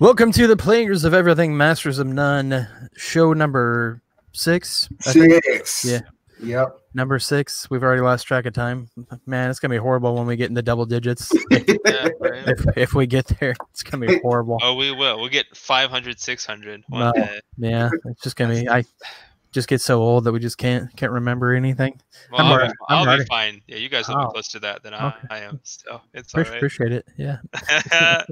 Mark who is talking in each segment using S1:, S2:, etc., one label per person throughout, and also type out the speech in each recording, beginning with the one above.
S1: Welcome to the Players of Everything, Masters of None, show number six. I think.
S2: Six.
S1: Yeah.
S2: Yep.
S1: Number six. We've already lost track of time. Man, it's gonna be horrible when we get into double digits.
S3: Yeah, right.
S1: if, if we get there, it's gonna be horrible.
S3: Oh, we will. We'll get 500, 600 one
S1: No.
S3: day.
S1: Yeah, it's just gonna be. I just get so old that we just can't can't remember anything.
S3: Well,
S1: I'm
S3: I'll,
S1: ready.
S3: be,
S1: I'm
S3: I'll
S1: ready.
S3: be fine. Yeah, you guys will
S1: Oh.
S3: be closer to that than I,
S1: Okay.
S3: I am. So it's all
S1: Appreciate, appreciate
S3: right.
S1: it. Yeah,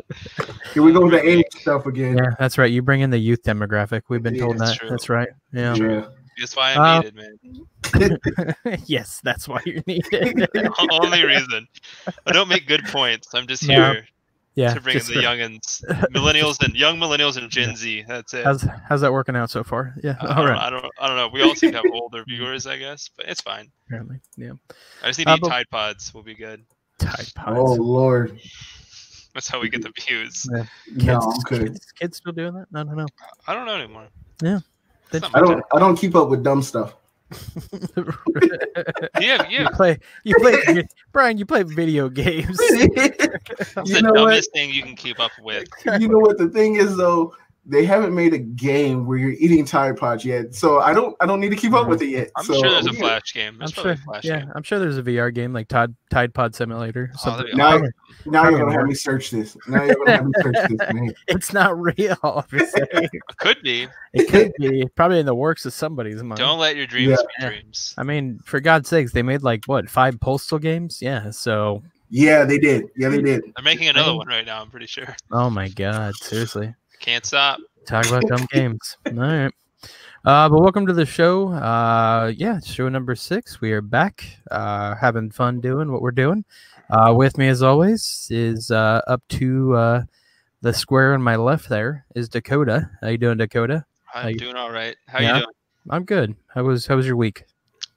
S2: Here we go with the age stuff again.
S1: yeah, that's right. You bring in the youth demographic. We've been
S2: Yeah,
S1: told
S3: that's
S1: that.
S3: true.
S1: That's right. Yeah.
S2: Yeah.
S3: That's why
S1: Uh,
S3: I'm needed, man.
S1: yes, that's why you're needed.
S2: Oh,
S3: Only reason. I don't make good points. I'm just
S1: No.
S3: here
S1: yeah.
S3: to bring in
S1: just
S3: the
S1: for-
S3: youngins, millennials, and young millennials and Gen Z. That's it.
S1: How's how's that working out so far? Yeah.
S3: Uh, I, I
S1: All
S3: don't,
S1: right.
S3: I don't. I don't know. We all seem to have older viewers, I guess, but it's fine.
S1: Apparently. Yeah.
S3: I just need
S1: Uh,
S3: to eat
S1: but-
S3: Tide Pods. We'll be good.
S1: Tide
S2: Oh
S1: pods.
S2: Lord.
S3: That's how we get the views.
S2: No, I'm good.
S1: kids, kids still doing that? No, no, no.
S3: I don't know anymore.
S1: Yeah.
S3: It's
S1: That's-
S3: not my
S2: I don't I don't keep up with dumb stuff.
S3: time. You have, you
S1: you
S3: have
S1: play, you play, Brian. You play video games.
S2: you
S3: That's
S2: You
S3: the
S2: know what?
S3: dumbest thing you can keep up with.
S2: know what the thing is though? They haven't made a game where you're eating Tide Pods yet. So I don't I don't need to keep up with it yet.
S3: I'm
S2: so
S3: sure there's a
S2: yeah.
S3: flash game.
S1: I'm
S3: There's
S1: sure.
S3: probably a flash
S1: Yeah,
S3: game.
S1: I'm sure there's a VR game like Tide Tide Pod Simulator. or
S3: Oh,
S1: something.
S3: that'd be
S2: Now,
S3: awesome.
S2: now you're gonna have me search this. Now you're gonna have me search this, man.
S1: It's not real. Obviously,
S3: It could be.
S1: it could be probably in the works of somebody's mind.
S3: Don't let your dreams
S1: Yeah.
S3: be dreams.
S1: I mean, for God's sakes, they made like what five postal games? Yeah. So,
S2: Yeah, they did. Yeah, they did.
S3: They're making another
S1: mean-
S3: one right now. I'm pretty sure.
S1: oh my God, seriously,
S3: Can't stop.
S1: talk about dumb games. All right. Uh, but welcome to the show. Uh, yeah, it's show number six. We are back, uh, having fun doing what we're doing. Uh, with me, as always, is uh, up to uh, the square on my left. There is Dakota. How you doing, Dakota?
S3: I'm
S1: Like-
S3: doing all right. How
S1: Yeah.
S3: you doing?
S1: I'm good. How was How was your week?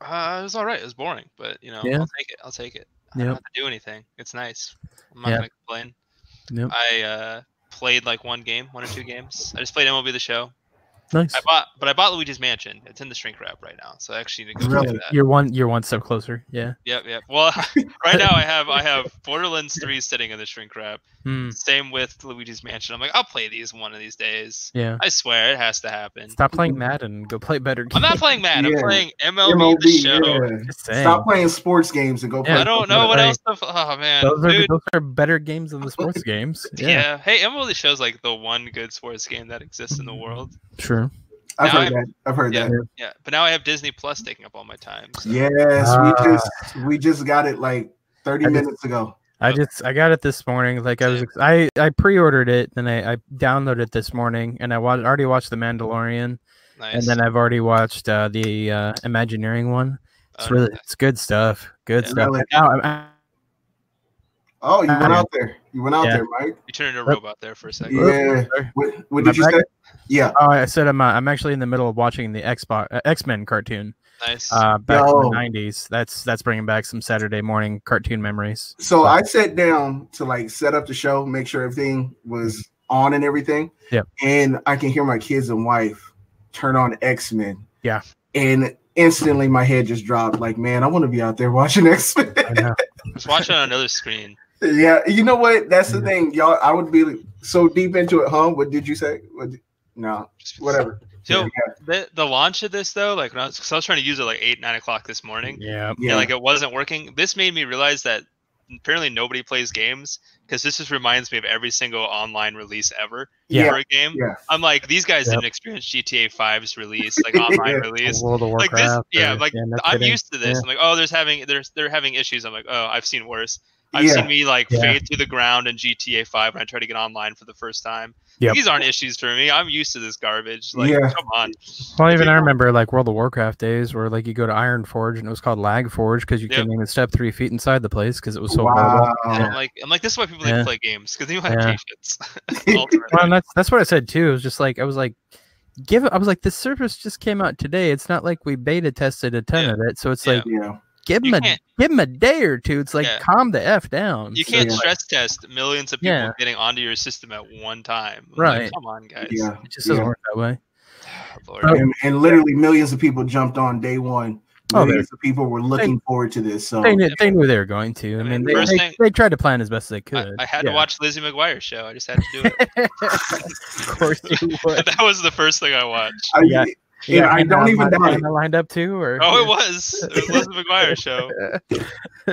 S3: Uh, it was all right. It was boring, but you know,
S1: Yeah.
S3: I'll take it. I'll take it. I
S1: Yep.
S3: don't have to do anything. It's nice. I'm not
S1: Yeah.
S3: gonna complain.
S1: Yep.
S3: I uh, played like one game, one or two games. I just played MLB the Show.
S1: Nice.
S3: I bought, but I bought Luigi's Mansion. It's in the shrink wrap right now, so I actually need to go
S2: Really?
S3: play that.
S1: You're one. You're one step closer. Yeah.
S3: Yep, yep. Well, right now I have I have Borderlands Three sitting in the shrink wrap.
S1: Hmm.
S3: Same with Luigi's Mansion. I'm like, I'll play these one of these days.
S1: yeah.
S3: I swear it has to happen.
S1: Stop playing that and go play better
S3: I'm
S1: games.
S3: not playing that.
S2: Yeah.
S3: I'm playing MLB,
S2: MLB,
S3: the show.
S2: yeah.
S1: Just saying.
S2: Stop playing sports games and go
S1: Yeah,
S2: play.
S3: I don't know what
S1: Hey,
S3: else. To, f- oh man,
S1: Those are,
S3: dude.
S1: those are better games than the sports games.
S3: Yeah.
S1: Yeah,
S3: Hey, MLB the show's like the one good sports game that exists in the world.
S1: sure.
S2: I've
S3: Now
S2: heard that. I've heard
S3: Yeah.
S2: that.
S3: Yeah, but now I have Disney Plus taking up all my time. So.
S2: Yes,
S1: Ah.
S2: we just we just got it like 30
S1: I just-
S2: minutes ago.
S1: I just I got it this morning. Like I was, ex- I I pre-ordered it, then I, I downloaded it this morning, and I wa- already watched The Mandalorian,
S3: Nice.
S1: and then I've already watched uh, the uh, Imagineering one. It's
S3: Oh,
S1: really
S3: nice.
S1: it's good stuff. Good
S3: Yeah.
S1: stuff.
S2: Really?
S1: And now I'm- I-
S2: Oh, you went
S1: Ah.
S2: out there. You went out
S1: Yeah.
S2: there, Mike.
S3: you turned into
S1: Oh.
S3: a robot there for a second.
S2: Yeah. What, what
S1: Am I
S2: did you
S1: back?
S2: say? Yeah.
S1: oh, I said I'm uh, I'm actually in the middle of watching the Xbox uh, X Men cartoon.
S3: Nice.
S1: uh, back
S2: Yo.
S1: in the '90s. That's that's bringing back some Saturday morning cartoon memories.
S2: So I sat down to like set up the show, make sure everything was on and everything.
S1: Yep.
S2: And I can hear my kids and wife turn on X Men.
S1: Yeah.
S2: And instantly my head just dropped. Like, man, I want to be out there watching X Men.
S1: I know.
S3: Just watch it on another screen.
S2: yeah. You know what? That's the
S1: Yeah.
S2: thing, y'all. I would be so deep into it, huh? What did you say? What did- no,
S3: Just-
S2: whatever.
S3: So
S2: Yeah.
S3: the, the launch of this though, like when I was, cause I was trying to use it like eight nine o'clock this morning,
S1: Yeah.
S3: and like it wasn't working. This made me realize that apparently nobody plays games because this just reminds me of every single online release ever
S1: Yeah.
S3: for a game.
S2: Yeah.
S3: I'm like, these guys
S1: Yep.
S3: didn't experience GTA 5's release, like online release.
S1: World of
S3: Like
S1: Warcraft.
S3: this- yeah,
S1: or-
S3: like,
S1: no
S3: I'm
S1: kidding.
S3: used to this.
S1: Yeah.
S3: I'm like, oh, there's having there's they're having issues. I'm like, oh, I've seen worse. I've
S2: Yeah.
S3: seen me like
S1: Yeah.
S3: fade to the ground in GTA 5 when I try to get online for the first time.
S1: Yep.
S3: These aren't issues for me. I'm used to this garbage. Like,
S2: Yeah.
S3: come on.
S1: Well,
S3: If
S1: even
S3: you-
S1: I remember like World of Warcraft days where like you go to Iron Forge and it was called Lag Forge because you
S3: Yep.
S1: couldn't even step three feet inside the place because it was so horrible.
S2: wow.
S3: And I'm like, I'm like, this is why people
S1: Yeah.
S3: didn't play games because they don't have
S1: Yeah.
S3: patience. Ultimately.
S1: Well, and that's that's what I said too. It was just like I was like, give it. I was like, this service just came out today. It's not like we beta tested a ton
S3: Yeah.
S1: of it, so it's
S3: Yeah.
S1: like
S2: Yeah.
S1: give
S3: You
S1: them a
S3: can't-
S1: give them a day or two. It's like
S3: Yeah.
S1: calm the f down.
S3: You
S1: So,
S3: can't
S2: Yeah.
S3: stress test millions of people
S1: Yeah.
S3: getting onto your system at one time. Like,
S1: Right.
S3: come on, guys.
S2: Yeah.
S1: It just doesn't
S2: Yeah.
S1: work that way.
S3: Lord.
S1: Oh.
S2: and, and literally millions of people jumped on day one
S1: Oh,
S2: Millions of people were looking forward to this. So
S1: They knew, they knew they were going to. I
S3: Oh, I
S1: mean,
S3: mean,
S1: they,
S3: first
S1: they,
S3: thing-
S1: they tried to plan as best they
S3: I,
S1: could.
S3: I had
S1: Yeah.
S3: to watch Lizzie McGuire's show. I just had to do it.
S1: of course you would.
S3: that was the first thing I watched.
S2: I,
S1: Yeah.
S2: And I
S1: Hannah
S2: don't even
S1: lined-
S2: doubt it.
S1: Hannah lined up too, or
S3: Oh, it was. It was Lizzie McGuire's show.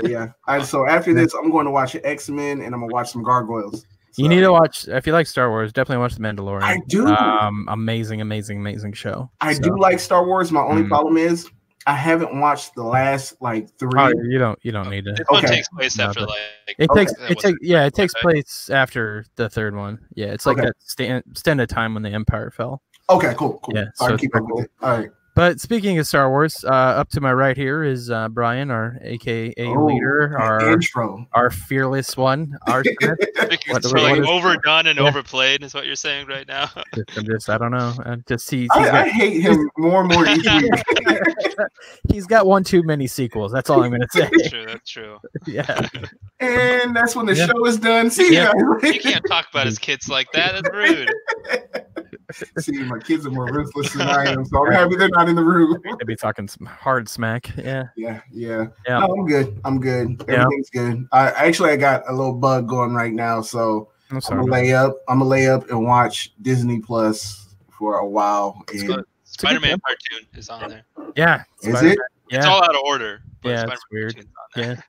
S2: yeah. I, so after this, I'm going to watch X Men and I'm gonna watch some Gargoyles.
S1: You
S2: So-
S1: need to watch if you like Star Wars. Definitely watch The Mandalorian.
S2: I do.
S1: Um, amazing, amazing, amazing show.
S2: I
S1: So-
S2: do like Star Wars. My only
S1: Mm.
S2: problem is I haven't watched the last like three.
S1: Oh, you don't. You don't need to.
S3: This one
S2: Okay.
S3: takes place
S1: No,
S3: after
S1: but-
S3: like.
S1: It
S2: Okay.
S1: takes. It takes. Yeah, it takes
S3: Okay.
S1: place after the third one. Yeah, it's like
S2: Okay.
S1: that stand, stand of time when the Empire fell.
S2: Okay, cool, cool.
S1: Yeah,
S2: Sorry,
S1: so
S2: keep
S1: it's
S2: up with it. All right.
S1: But speaking of Star Wars, uh, up to my right here is uh, Brian, our AKA
S2: Oh,
S1: leader, our
S2: Intro.
S1: our fearless one, R. Smith. What-
S3: It's
S1: what
S3: like
S1: is-
S3: overdone and
S1: Yeah.
S3: overplayed is what you're saying right now.
S1: Just- I'm just, I don't know. I just he's, he's,
S2: I, I
S1: got,
S2: hate him more and more each week.
S1: he's got one too many sequels. That's all I'm gonna say.
S3: That's true. That's true.
S1: yeah,
S2: and that's when the
S1: Yeah.
S2: show is done. See
S1: Yeah.
S2: you
S3: You
S2: guys.
S3: can't talk about his kids like that. That's rude.
S2: See, my kids are more ruthless than I am, so I'm happy they're not in the room.
S1: they'd be talking some hard smack. Yeah,
S2: yeah, yeah.
S1: Yeah.
S2: No, I'm good. I'm good.
S1: Yeah.
S2: Everything's good. I actually I got a little bug going right now, so
S1: I'm
S2: I'm
S1: sorry.
S2: gonna lay up. I'm gonna lay up and watch Disney Plus for a while.
S3: It's
S2: and-
S3: good. Spider-Man cartoon is on there.
S1: Yeah,
S2: is
S1: Spider-Man.
S2: it?
S3: It's
S1: Yeah,
S3: all out of order. but
S1: Yeah, it's
S3: Spider-Man
S1: weird.
S3: cartoon's on
S1: yeah.
S3: there.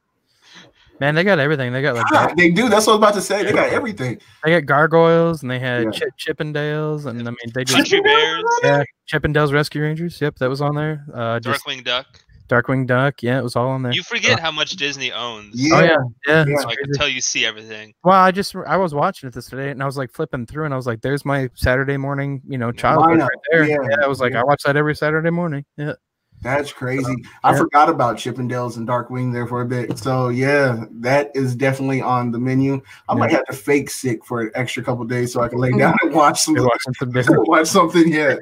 S1: Man, they got everything. They got like
S2: Ah, they do. That's what I was about to say. They got everything.
S1: they got gargoyles, and they had
S2: Yeah.
S1: Chip, Chippendales, and I mean they just
S3: Country Bears,
S1: yeah Chippendales Rescue Rangers. Yep, that was on there. Uh, just
S3: Darkwing Duck.
S1: Darkwing Duck. Yeah, it was all on there.
S3: You forget how much Disney owns.
S2: Yeah.
S1: oh yeah, yeah.
S2: Yeah.
S1: it's
S3: Like
S1: crazy.
S3: until you see everything.
S1: Well, I just I was watching it this today, and I was like flipping through, and I was like, "There's my Saturday morning, you know, childhood
S2: Lineup.
S1: right there."
S2: Yeah.
S1: Yeah, I was like,
S2: Yeah.
S1: I watch that every Saturday morning. Yeah,
S2: That's crazy. I
S1: yeah.
S2: forgot about Chippendales and Darkwing there for a bit. So yeah, that is definitely on the menu. I might
S1: Yeah.
S2: have to fake sick for an extra couple days so I can lay down and watch some
S1: Be watching some Disney.
S2: watch something. Yeah.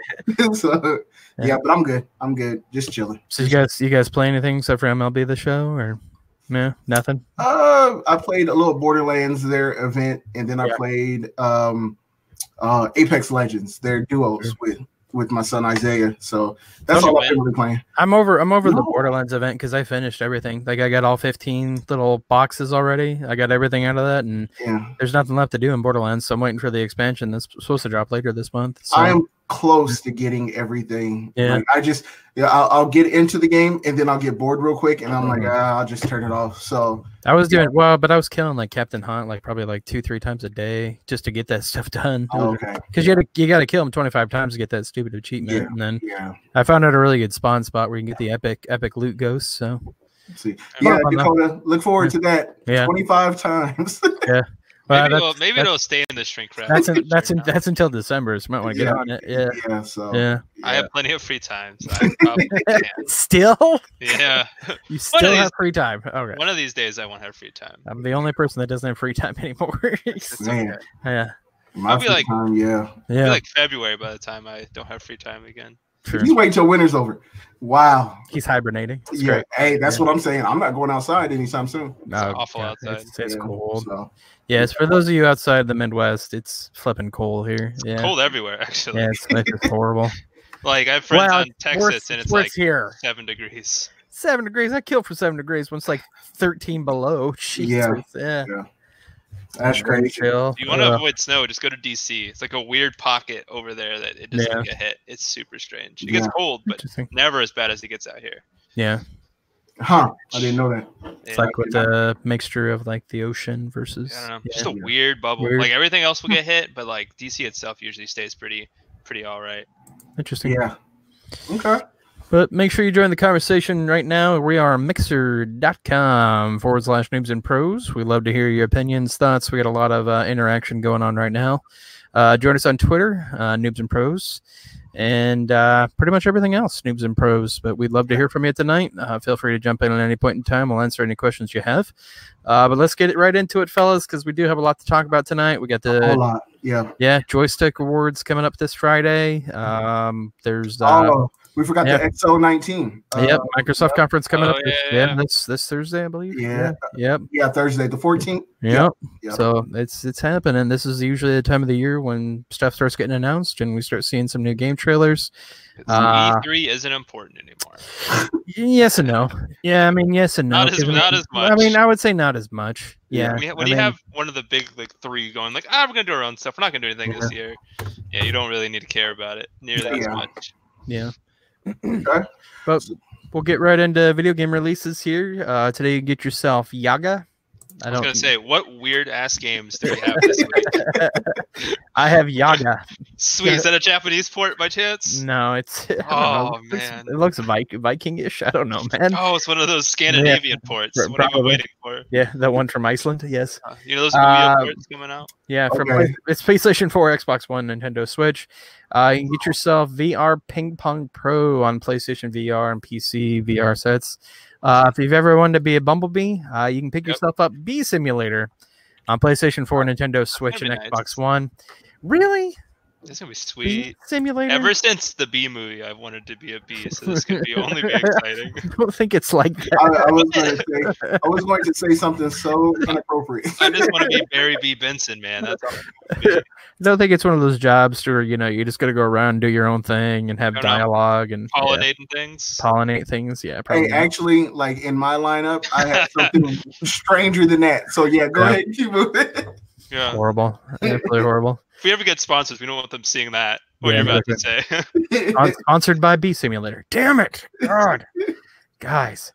S2: so
S1: Yeah.
S2: yeah. but I'm good. I'm good. Just chilling.
S1: So you guys, you guys play anything except for MLB the Show, or no, nothing?
S2: Uh, I played a little Borderlands their event, and then I
S1: Yeah.
S2: played um, uh, Apex Legends their duos
S1: Mm.
S2: with with my son Isaiah. So that's
S3: Don't
S2: all
S3: you
S2: I've
S3: win?
S2: been really playing.
S1: I'm over. I'm over the
S2: No.
S1: Borderlands event because I finished everything. Like I got all 15 little boxes already. I got everything out of that, and
S2: Yeah,
S1: there's nothing left to do in Borderlands. So I'm waiting for the expansion that's supposed to drop later this month. So
S2: I am close to getting everything.
S1: Yeah.
S2: Like, I just yeah, I'll, I'll get into the game and then I'll get bored real quick, and I'm like,
S1: Mm-hmm.
S2: ah, I'll just turn it off. So
S1: I was doing well, but I was killing like Captain Hunt like probably like two, three times a day just to get that stuff done.
S2: Oh, okay,
S1: Because you, had to- you got to kill him 25 times to get that stupid achievement.
S2: Yeah.
S1: And then
S2: yeah.
S1: I found out a really good spawn spot where you can get the epic epic loot ghosts. So,
S2: Let's see,
S1: Yeah.
S2: yeah, Dakota, look forward to that.
S1: Yeah.
S2: 25 times.
S1: well,
S3: maybe
S1: that's,
S3: it'll, maybe it'll stay in the shrink wrap.
S1: that's,
S3: I'm
S1: in, that's,
S3: sure
S1: in,
S3: not.
S1: that's until December. So you might want to get
S2: Yeah.
S1: on it. Yeah.
S2: yeah, so
S1: Yeah.
S3: I have plenty of free time, so I probably can.
S1: Still?
S3: Yeah,
S1: You still
S3: these-
S1: have free time. Okay.
S3: one of these days I won't have free time.
S1: I'm the only person that doesn't have free time anymore.
S2: man,
S1: yeah.
S2: my
S3: I'll be
S2: free
S3: like-
S2: time, yeah.
S1: Yeah.
S3: It'll be like February by the time I don't have free time again.
S1: true.
S2: If you wait till winter's over, wow.
S1: He's hibernating. It's
S2: yeah,
S1: great.
S2: hey, that's
S1: Yeah.
S2: what I'm saying. I'm not going outside anytime soon.
S1: No,
S3: awful
S1: yeah,
S3: outside.
S1: It's, it's
S2: Yeah,
S1: cold.
S2: So.
S1: Yes, for those of you outside the Midwest, it's flipping cold here. Yeah.
S3: Cold everywhere, actually.
S1: Yeah, it's, it's just horrible.
S3: Like I have friends
S1: Well,
S3: on Texas,
S1: worse,
S3: and it's
S1: worse
S3: like
S1: here.
S3: seven degrees.
S1: Seven degrees. I kill for seven degrees when it's like thirteen below. Jesus. Yeah.
S2: That's
S1: Very
S2: crazy.
S1: chill.
S3: If you want to
S1: Ugh.
S3: avoid snow, just go to DC. It's like a weird pocket over there that it doesn't
S1: Yeah.
S3: get hit. It's super strange. It gets
S2: Yeah.
S3: cold, but
S1: Interesting.
S3: never as bad as it gets out here.
S1: Yeah.
S2: Huh. I didn't know that.
S1: It's
S3: Yeah.
S1: like with the mixture of like the ocean versus
S3: I don't know,
S1: yeah.
S3: just a weird bubble.
S1: Weird.
S3: Like everything else will get hit, but like DC itself usually stays pretty, pretty all right.
S1: interesting.
S2: Yeah. Okay.
S1: But make sure you join the conversation right now. We are mixer.com forward slash noobs and pros. We love to hear your opinions, thoughts. We got a lot of uh, interaction going on right now. Uh, join us on Twitter, uh, noobs and pros, and uh, pretty much everything else, noobs and pros. But we'd love to hear from you tonight. Uh, feel free to jump in at any point in time. We'll answer any questions you have. Uh, but let's get it right into it, fellas, because we do have a lot to talk about tonight. We got
S2: A
S1: the
S2: whole lot. Yeah.
S1: Mm-hmm. yeah joystick awards coming up this Friday. Um, there's uh,
S2: All of Oh, We forgot
S1: Yeah.
S2: the XL19. Uh,
S1: yep, Microsoft conference coming
S3: Oh,
S1: up. This,
S3: yeah,
S1: yeah,
S3: yeah.
S1: this this Thursday, I believe.
S2: Yeah.
S1: Yep.
S2: Yeah, Thursday the 14th.
S1: Yep.
S2: Yeah.
S1: So it's it's happening. This is usually the time of the year when stuff starts getting announced and we start seeing some new game trailers. Uh,
S3: E3 E isn't important anymore.
S1: Yes and no. Yeah, I mean yes and no.
S3: Not as-
S1: 'cause I mean-
S3: not as
S1: I
S3: much.
S1: mean, I would say not as much. Yeah.
S3: I mean, when
S1: I
S3: you
S1: mean,
S3: have one of the big like three going like, ah, we're gonna do our own stuff. We're not gonna do anything this year. Yeah, you don't really need to care about it nearly as
S2: Yeah.
S3: much.
S1: Yeah. but we'll get right into video game releases here. Uh, today you get yourself Yaga. I
S3: I was
S1: don't.
S3: gonna say, what weird ass games do we have this week?
S1: I have Yaga.
S3: Sweet, is that a Japanese port by chance?
S1: No, it's. I don't know.
S3: Oh,
S1: It looks-
S3: man.
S1: it looks Viking Vikingish. I don't know, man.
S3: Oh, it's one of those Scandinavian ports.
S1: Pro-
S3: What am I
S1: probably.
S3: waiting for?
S1: Yeah, that one from Iceland. Yes.
S3: Uh, You know those
S1: Uh,
S3: Guyo ports coming out?
S1: Yeah, from
S2: Okay.
S1: Play- it's PlayStation 4, Xbox One, Nintendo Switch. Uh, you can
S3: Oh.
S1: get yourself VR Ping Pong Pro on PlayStation VR and PC VR sets. Uh, if you've ever wanted to be a bumblebee, uh, you can pick
S3: Yep.
S1: yourself up Bee Simulator on PlayStation 4, Nintendo Switch, and
S3: gonna be nice.
S1: Xbox One. Really,
S3: It's gonna be
S1: Bee
S3: sweet.
S1: Simulator?
S3: Ever since the B movie, I've wanted to be a bee, so this could be only be exciting.
S1: I don't think it's like that.
S2: I, I was going to say I was going to say something so inappropriate.
S3: I just want to be Barry B. Benson, man. That's all.
S1: I don't think it's one of those jobs where you know you just got to go around and do your own thing and have
S3: No, no.
S1: dialogue and yeah,
S3: pollinating things.
S1: pollinate things. Yeah,
S2: Hey,
S1: probably. not.
S2: actually, like in my lineup, I have something stranger than that. So yeah, go
S1: Yeah.
S2: ahead and keep moving.
S3: yeah.
S1: horrible, absolutely horrible.
S3: If we ever get sponsors, we don't want them seeing that. What
S1: Yeah,
S3: you're about to say.
S1: Spon- sponsored by B Simulator. Damn it, God, guys.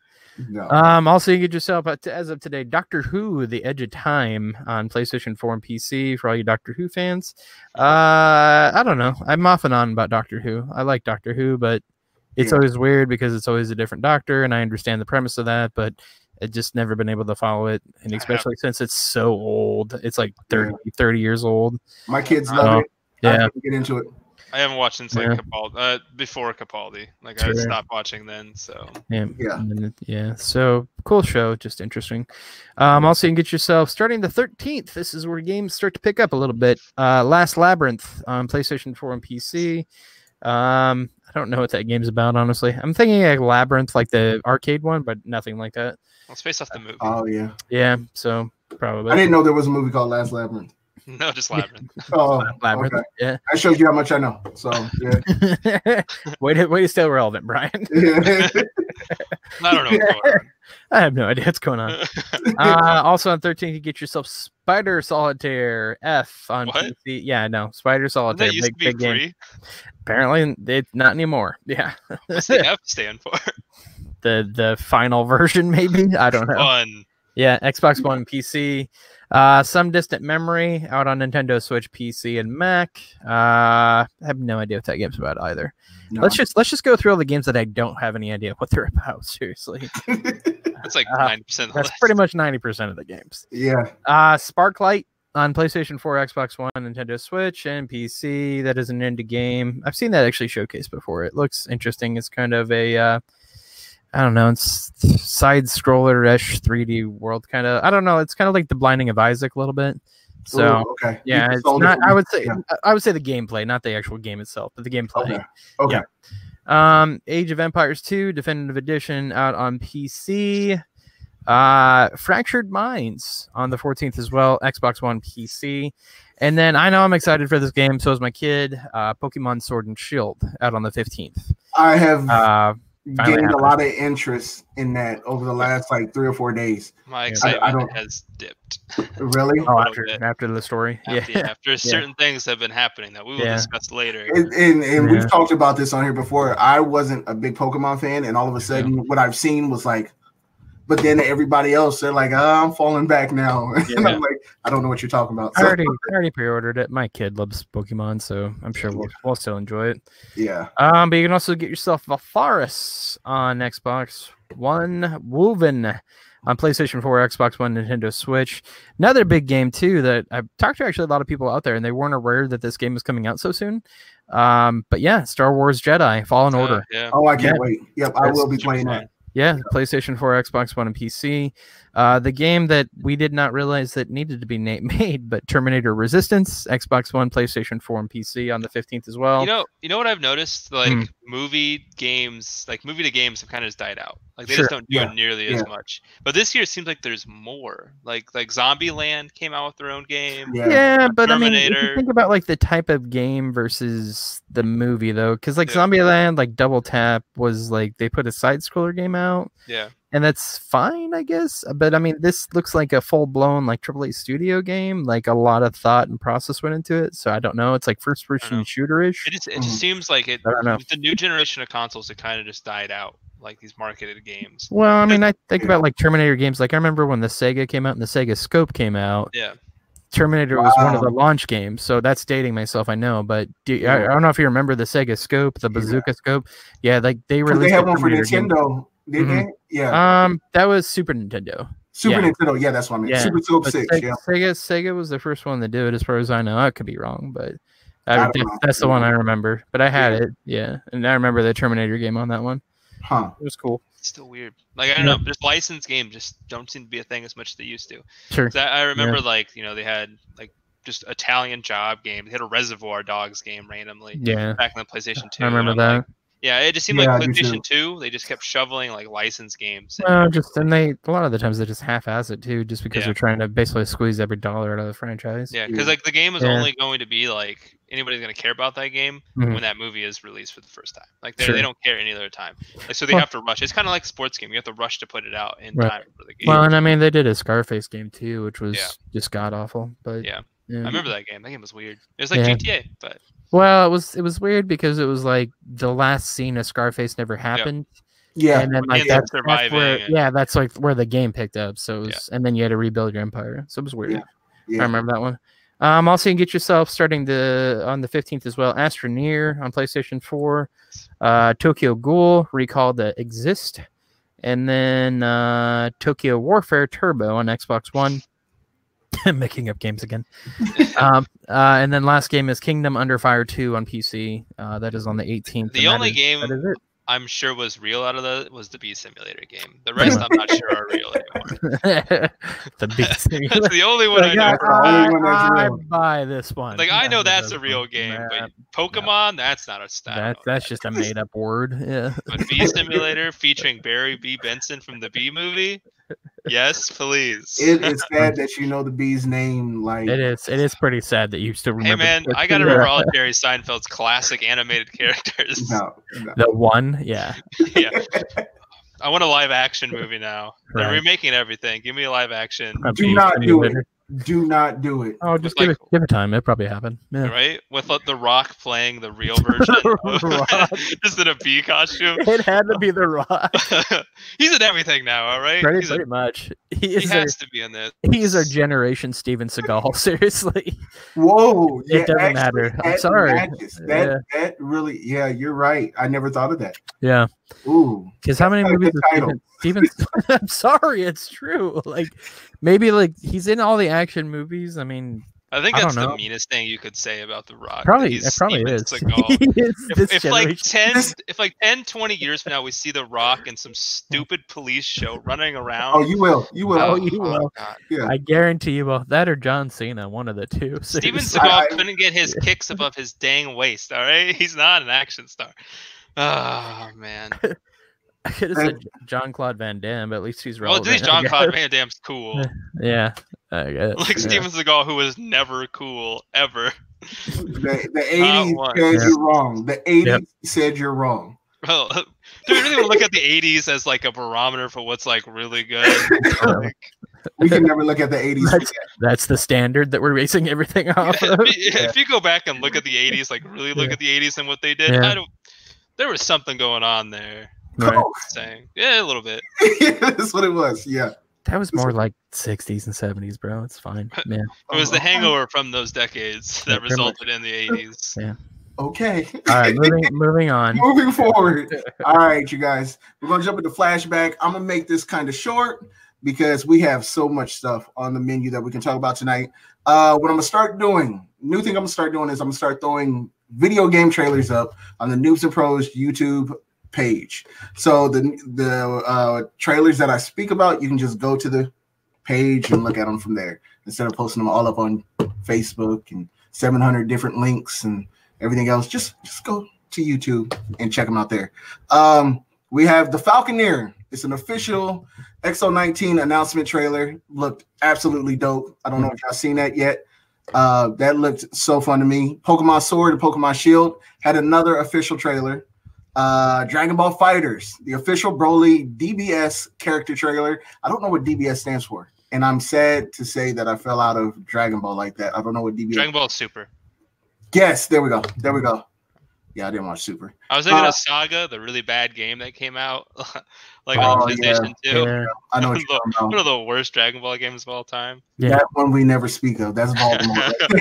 S2: no.
S1: Um, also, you get yourself uh, t- as of today, Doctor Who: The Edge of Time on PlayStation 4 and PC for all you Doctor Who fans. Uh, I don't know. I'm off and on about Doctor Who. I like Doctor Who, but it's
S2: Yeah.
S1: always weird because it's always a different doctor, and I understand the premise of that, but I've just never been able to follow it, and
S3: I have-
S1: especially since it's so old. It's like 30,
S2: Yeah.
S1: 30 years old.
S2: My kids
S1: Oh,
S2: love it. I
S1: Yeah.
S2: couldn't get into it.
S3: I haven't watched since like
S1: Yeah.
S3: Capaldi, uh, before Capaldi. Like I
S1: Sure.
S3: stopped watching then. So
S1: Yeah.
S2: Yeah.
S1: and then it- Yeah. So cool show. Just interesting. Um, also, you can get yourself starting the 13th. This is where games start to pick up a little bit. Uh, Last Labyrinth on PlayStation 4 and PC. Um, I don't know what that game's about, honestly. I'm thinking like Labyrinth, like the arcade one, but nothing like that.
S3: well, it's based off
S1: Uh,
S3: the movie.
S2: Oh yeah,
S1: Yeah. So probably.
S2: I didn't know there was a movie called Last Labyrinth.
S3: no, just Labyrinth.
S2: Oh,
S1: Labyrinth.
S2: okay.
S1: Yeah.
S2: That shows you how much I know. So yeah.
S1: way, to, way to stay relevant, Brian.
S3: I don't know. What's going on.
S1: I have no idea what's going on. uh, also on 13th, you get yourself Spider Solitaire F on
S3: What?
S1: PC. Yeah, no, Spider
S3: Didn't
S1: Solitaire,
S3: that used to
S1: big
S3: be
S1: big game.
S3: free.
S1: Apparently, it's not anymore. Yeah,
S3: What's the F stand for?
S1: the the final version, maybe. I don't know.
S3: Fun.
S1: Yeah, Xbox One, PC. Uh, some distant memory out on Nintendo Switch, PC, and Mac. Uh, I have no idea what that game's about either.
S2: No.
S1: Let's just let's just go through all the games that I don't have any idea what they're about. Seriously,
S3: That's like
S1: Uh,
S3: nine percent.
S1: that's pretty much ninety percent of the games.
S2: yeah.
S1: Uh, Sparklight on PlayStation 4, Xbox One, Nintendo Switch, and PC. That is an indie game. I've seen that actually showcased before. It looks interesting. It's kind of a, uh, I don't know, it's side scroller ish 3D world kind of. I don't know. It's kind of like the Blinding of Isaac a little bit. So.
S2: Ooh, okay. You
S1: Yeah,
S2: just
S1: it's
S2: sold it
S1: not.
S2: for
S1: I
S2: me.
S1: would say
S2: yeah.
S1: I- I would say the gameplay, not the actual game itself, but the gameplay.
S2: Okay. Okay.
S1: Yeah. Um, Age of Empires 2 Definitive Edition out on PC. Uh, Fractured Minds on the 14th as well, Xbox One, PC. And then I know I'm excited for this game, so is my kid. Uh, Pokemon Sword and Shield out on the 15th.
S2: Hmm. I
S1: Uh,
S2: have
S1: finally
S2: gained a
S1: happened.
S2: lot of interest in that over the last like three or four days.
S3: My
S2: I
S3: excitement
S2: don't-
S3: has dipped.
S2: Really,
S1: oh,
S3: little
S1: after,
S3: bit.
S1: after the story,
S3: After,
S1: yeah,
S3: after certain things have been happening that we will
S1: Yeah.
S3: discuss later.
S2: and and, and
S1: Yeah.
S2: we've talked about this on here before. I wasn't a big Pokemon fan, and all of a sudden, what I've seen was like. But then everybody else, they're like, "Ah, "I'm falling back now," and I'm like, "I don't know what you're talking about."
S1: I
S2: So,
S1: already, I already pre-ordered it. My kid loves Pokemon, so I'm sure we'll, we'll still enjoy it.
S2: yeah,
S1: Um, but you can also get yourself Valfaris on Xbox One, Woven on PlayStation 4, Xbox One, Nintendo Switch. Another big game too that I've talked to actually a lot of people out there, and they weren't aware that this game was coming out so soon. Um, but yeah, Star Wars Jedi: Fallen
S3: Uh,
S1: Order.
S3: yeah.
S2: Oh, I can't
S1: Yeah.
S2: wait. Yep, I
S1: That's
S2: will be playing that.
S1: Yeah, PlayStation 4, Xbox One, and PC. Uh, the game that we did not realize that needed to be na- made, but Terminator Resistance, Xbox One, PlayStation 4, and PC on the 15th as well.
S3: You know, you know what I've noticed? Like
S1: Hmm.
S3: movie games, like movie to games have kind of just died out. Like they
S1: Sure.
S3: just don't do
S2: Yeah.
S3: it nearly as much. But this year it seems like there's more. Like like Zombieland came out with their own game.
S2: Yeah.
S1: yeah, but I mean, if you
S3: Terminator.
S1: think about like the type of game versus the movie though, because like
S3: Yeah.
S1: Zombieland, like Double Tap was like they put a side scroller game out.
S3: Yeah.
S1: and that's fine, I guess. But I mean, this looks like a full blown like AAA studio game. Like a lot of thought and process went into it. So I don't know. It's like first person
S3: know.
S1: shooter ish.
S3: It just it
S1: Mm.
S3: just seems like it
S1: I don't know.
S3: with the new generation of consoles it kind of just died out. Like these marketed games.
S1: Well, I mean, I think about like Terminator games. Like I remember when the Sega came out and the Sega Scope came out.
S3: Yeah.
S1: Terminator was one of
S2: Wow.
S1: the launch games, so that's dating myself. I know, but do, I, I don't know if you remember the Sega Scope, the
S2: Yeah.
S1: Bazooka Scope. Yeah, like they
S2: Because
S1: released.
S2: they
S1: a
S2: had one for
S1: Terminator game.
S2: Nintendo, didn't
S1: Mhm.
S2: they? Yeah.
S1: Um, that was Super Nintendo.
S2: Super
S1: yeah.
S2: Nintendo. Yeah, that's what I mean.
S1: Yeah.
S2: Super Scope
S1: But
S2: 6.
S1: Sega,
S2: Oh, yeah.
S1: Sega, Sega was the first one to do it, as far as I know. I could be wrong, but
S2: I
S1: I
S2: don't
S1: def-
S2: know.
S1: that's the one I remember. But I had it, yeah, and I remember the Terminator game on that one.
S2: Huh.
S1: It was cool.
S3: It's still weird. Like I don't
S1: Yeah.
S3: know, just licensed games just don't seem to be a thing as much as they used to.
S1: Sure.
S3: 'Cause I, I remember like you know they had like just Italian job games. They had a Reservoir Dogs game randomly
S1: Yeah,
S3: back in the PlayStation Two.
S1: I
S3: and
S1: remember
S3: I'm
S1: that.
S3: like- yeah, it just seemed
S2: Yeah,
S3: like
S2: I do too.
S3: PlayStation Two. They just kept shoveling like licensed games.
S1: No, just and they a lot of the times they just half-ass it too, just because
S3: Yeah.
S1: they're trying to basically squeeze every dollar out of the franchise.
S3: Yeah,
S2: Yeah.
S3: because like the game is
S1: Yeah.
S3: only going to be like anybody's going to care about that game
S1: Mhm.
S3: when that movie is released for the first time. Like they
S1: Sure.
S3: they don't care any other time. Like so they
S1: Well-
S3: have to rush. It's kind of like a sports game. You have to rush to put it out in
S1: Right.
S3: time for the game.
S1: Well, and I mean they did a Scarface game too, which was
S3: Yeah.
S1: just god awful. But
S3: Yeah.
S1: yeah.
S3: I remember that game. That game was weird. It was like
S1: Yeah.
S3: GTA, but
S1: Well, it was it was weird because it was like the last scene of Scarface never happened,
S2: Yeah.
S1: and then
S3: But
S1: like
S3: then
S1: that's,
S3: they're
S1: that's where
S3: surviving and-
S1: yeah, that's like where the game picked up. So it was, and then you had to rebuild your empire. So it was weird. I
S2: yeah.
S1: remember that one. Um, also, you can get yourself starting the on the fifteenth as well. Astroneer on PlayStation Four, uh, Tokyo Ghoul, Recall the Exist, and then uh, Tokyo Warfare Turbo on Xbox One. Making up games again. um, uh, and then last game is Kingdom Under Fire Two on PC. Uh, that is on the eighteenth.
S3: The only game-
S1: that is it.
S3: I'm sure was real out of the was the Bee Simulator game. The rest I'm not sure are real anymore.
S1: the beat. simulator.
S3: That's the only one
S1: Like,
S3: I know.
S2: that's the only one that's
S1: I, I
S2: real.
S1: buy this one.
S3: Like I know that's a
S1: does
S3: real
S1: one.
S3: game,
S1: Nah,
S3: but Pokemon, that's not a style.
S1: That, that's just a made up word. Yeah.
S3: But Bee Simulator featuring Barry B. Benson from the Bee Movie. Yes, please.
S2: It is sad that you know the bee's name. Like,
S1: It is. It is pretty sad that you still
S3: Hey
S1: remember.
S3: man, I gotta
S1: Yeah.
S3: remember all of Jerry Seinfeld's classic animated characters.
S2: No, no.
S1: The one, yeah.
S3: yeah. I want a live action movie now. They're
S1: Right.
S3: remaking everything. Give me a live action.
S1: A
S2: Do
S1: beef
S2: not do it.
S1: simulator.
S2: Do not do it.
S1: Oh, just
S3: Like-
S1: give it give it time. It probably happened. Yeah.
S3: Right? With like, The Rock playing the real version.
S1: Rock.
S3: Of, just in a bee costume.
S1: It had to be the rock.
S3: He's in everything now, all right?
S1: Pretty,
S3: He's a-
S1: pretty much. He
S3: he
S1: is our,
S3: has to be in this.
S1: he is our generation Steven Seagal. Seriously.
S2: Whoa.
S1: It doesn't matter. I'm
S2: that
S1: sorry.
S2: matches. That, that really, yeah, you're right. I never thought of that.
S1: Yeah.
S2: Ooh.
S1: Because how many
S2: Like the
S1: movies is
S2: title.
S1: Steven? Steven I'm sorry, it's true. Like maybe like he's in all the action movies. I mean,
S3: I think
S1: I
S3: that's
S1: don't
S3: the
S1: know.
S3: meanest thing you could say about The Rock. that
S1: probably
S3: Uh, he's
S1: it probably
S3: Steven
S1: is.
S3: Seagal.
S1: He is
S3: If,
S1: this
S3: if like
S1: generation.
S3: 10
S2: This-
S3: if like 10 20 years from now we see the rock in some stupid police show running around
S2: Oh, you will. You will.
S1: Oh, you
S3: my
S1: will.
S3: God.
S2: yeah.
S1: I guarantee you, well, that or John Cena, one of the two.
S3: Steven
S1: Seriously.
S3: Seagal
S2: I-
S3: couldn't get his kicks above his dang waist. All right, he's not an action star. Oh man.
S1: I could have
S2: Uh,
S1: said John Claude Van Damme, but at least he's
S3: Well,
S1: relevant.
S3: at least
S1: I
S3: John
S1: guess.
S3: Claude Van Damme's cool.
S1: Yeah, I guess.
S3: Like
S1: yeah.
S3: Steven Seagal, who was never cool ever.
S2: The, the
S3: Not
S2: 80s
S3: once.
S2: said
S1: Yeah.
S2: you're wrong. The 80s
S1: Yep.
S2: said you're wrong.
S3: Well, do we really look at the '80s as like a barometer for what's like really good? Like,
S2: We can never look at the 80s.
S1: That's, that's the standard that we're basing everything off of.
S3: if, you, if you go back and look at the '80s, like really look
S1: Yeah.
S3: at the '80s and what they did,
S1: Yeah.
S3: I don't. There was something going on there.
S1: Right.
S3: Saying, yeah, a little bit.
S2: That's what it was. Yeah.
S1: That was more like 60s and 70s, bro. It's fine. Yeah.
S3: It was the
S2: Okay.
S3: hangover from those decades
S1: Oh, Yeah,
S3: that
S1: pretty much.
S3: resulted in the '80s.
S2: Okay.
S1: All right, moving, moving on.
S2: Moving forward. All right, you guys. We're gonna jump into flashback. I'm gonna make this kind of short because we have so much stuff on the menu that we can talk about tonight. Uh, what I'm gonna start doing, new thing I'm gonna start doing is I'm gonna start throwing video game trailers up on the Noobs and Pros YouTube page. So the the uh, trailers that I speak about, you can just go to the page and look at them from there instead of posting them all up on Facebook and 700 different links and everything else. Just just go to YouTube and check them out there. Um, we have the Falconeer. It's an official XO19 announcement trailer. Looked absolutely dope. I don't know if y'all seen that yet. Uh, that looked so fun to me. Pokemon Sword and Pokemon Shield had another official trailer. Uh, Dragon Ball Fighters, the official Broly DBS character trailer. I don't know what DBS stands for, and I'm sad to say that I fell out of Dragon Ball like that. I don't know what DBS.
S3: Dragon Ball Super.
S2: Yes, there we go. There we go. Yeah, I didn't watch Super.
S3: I was thinking
S2: Uh,
S3: of Saga, the really bad game that came out, like on
S2: Oh, yeah,
S3: PlayStation Two.
S1: Yeah.
S2: I know what you're talking about.
S3: One of the worst Dragon Ball games of all time.
S1: Yeah.
S2: That one we never speak of. That's Baltimore.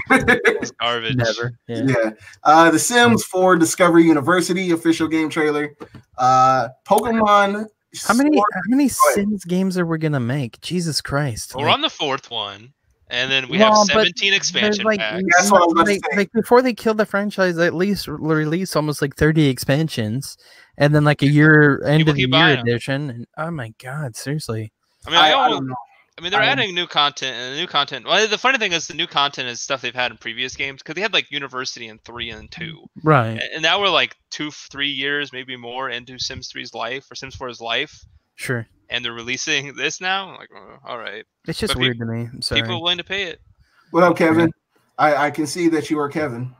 S3: It was garbage.
S1: Never. Yeah.
S2: yeah. Uh, the Sims 4 Discovery University official game trailer. Uh, Pokemon.
S1: How many
S2: Sword-
S1: how many
S2: ahead.
S1: Sims games are we gonna make? Jesus Christ!
S3: Well, we're on the fourth one, and then we
S1: Well,
S3: have
S1: but
S3: 17
S1: They're
S3: expansion
S1: like,
S3: packs.
S2: That's what I was about to
S1: like,
S2: say.
S1: like before they kill the franchise, they at least re- release almost like thirty expansions, and then like a year end
S3: People
S1: of the
S3: keep buying
S1: year
S3: 'em.
S1: edition. And, oh my god, seriously!
S3: I mean, I,
S2: I, I
S3: almost-
S2: don't know.
S3: I mean, they're
S2: I-
S3: adding new content and the new content. Well, the funny thing is the new content is stuff they've had in previous games because they had like University in three and two,
S1: Right?
S3: and and now we're like two, three years, maybe more into Sims 3's life or Sims 4's life,
S1: Sure.
S3: and they're releasing this now. I'm like, oh, all right,
S1: It's just
S3: But
S1: weird to me. I'm sorry.
S3: people are willing to pay it.
S2: What up, Kevin? I, I can see that you are Kevin.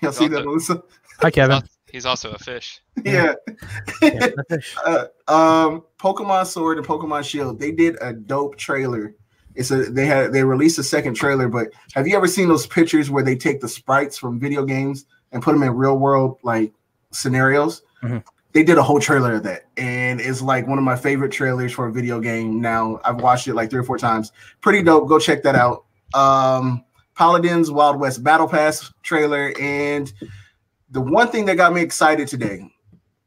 S2: Y'all see that,
S3: Also-
S2: Melissa?
S1: Hi, Kevin.
S3: He's also a fish.
S2: Yeah.
S1: Yeah, that's-
S2: uh, um, Pokemon Sword and Pokemon Shield. They did a dope trailer. It's a they had they released a second trailer, but have you ever seen those pictures where they take the sprites from video games and put them in real world like scenarios?
S1: Mhm.
S2: They did a whole trailer of that, and it's like one of my favorite trailers for a video game. Now I've watched it like three or four times. Pretty dope. Go check that out. Um, Paladins Wild West Battle Pass trailer, and the one thing that got me excited today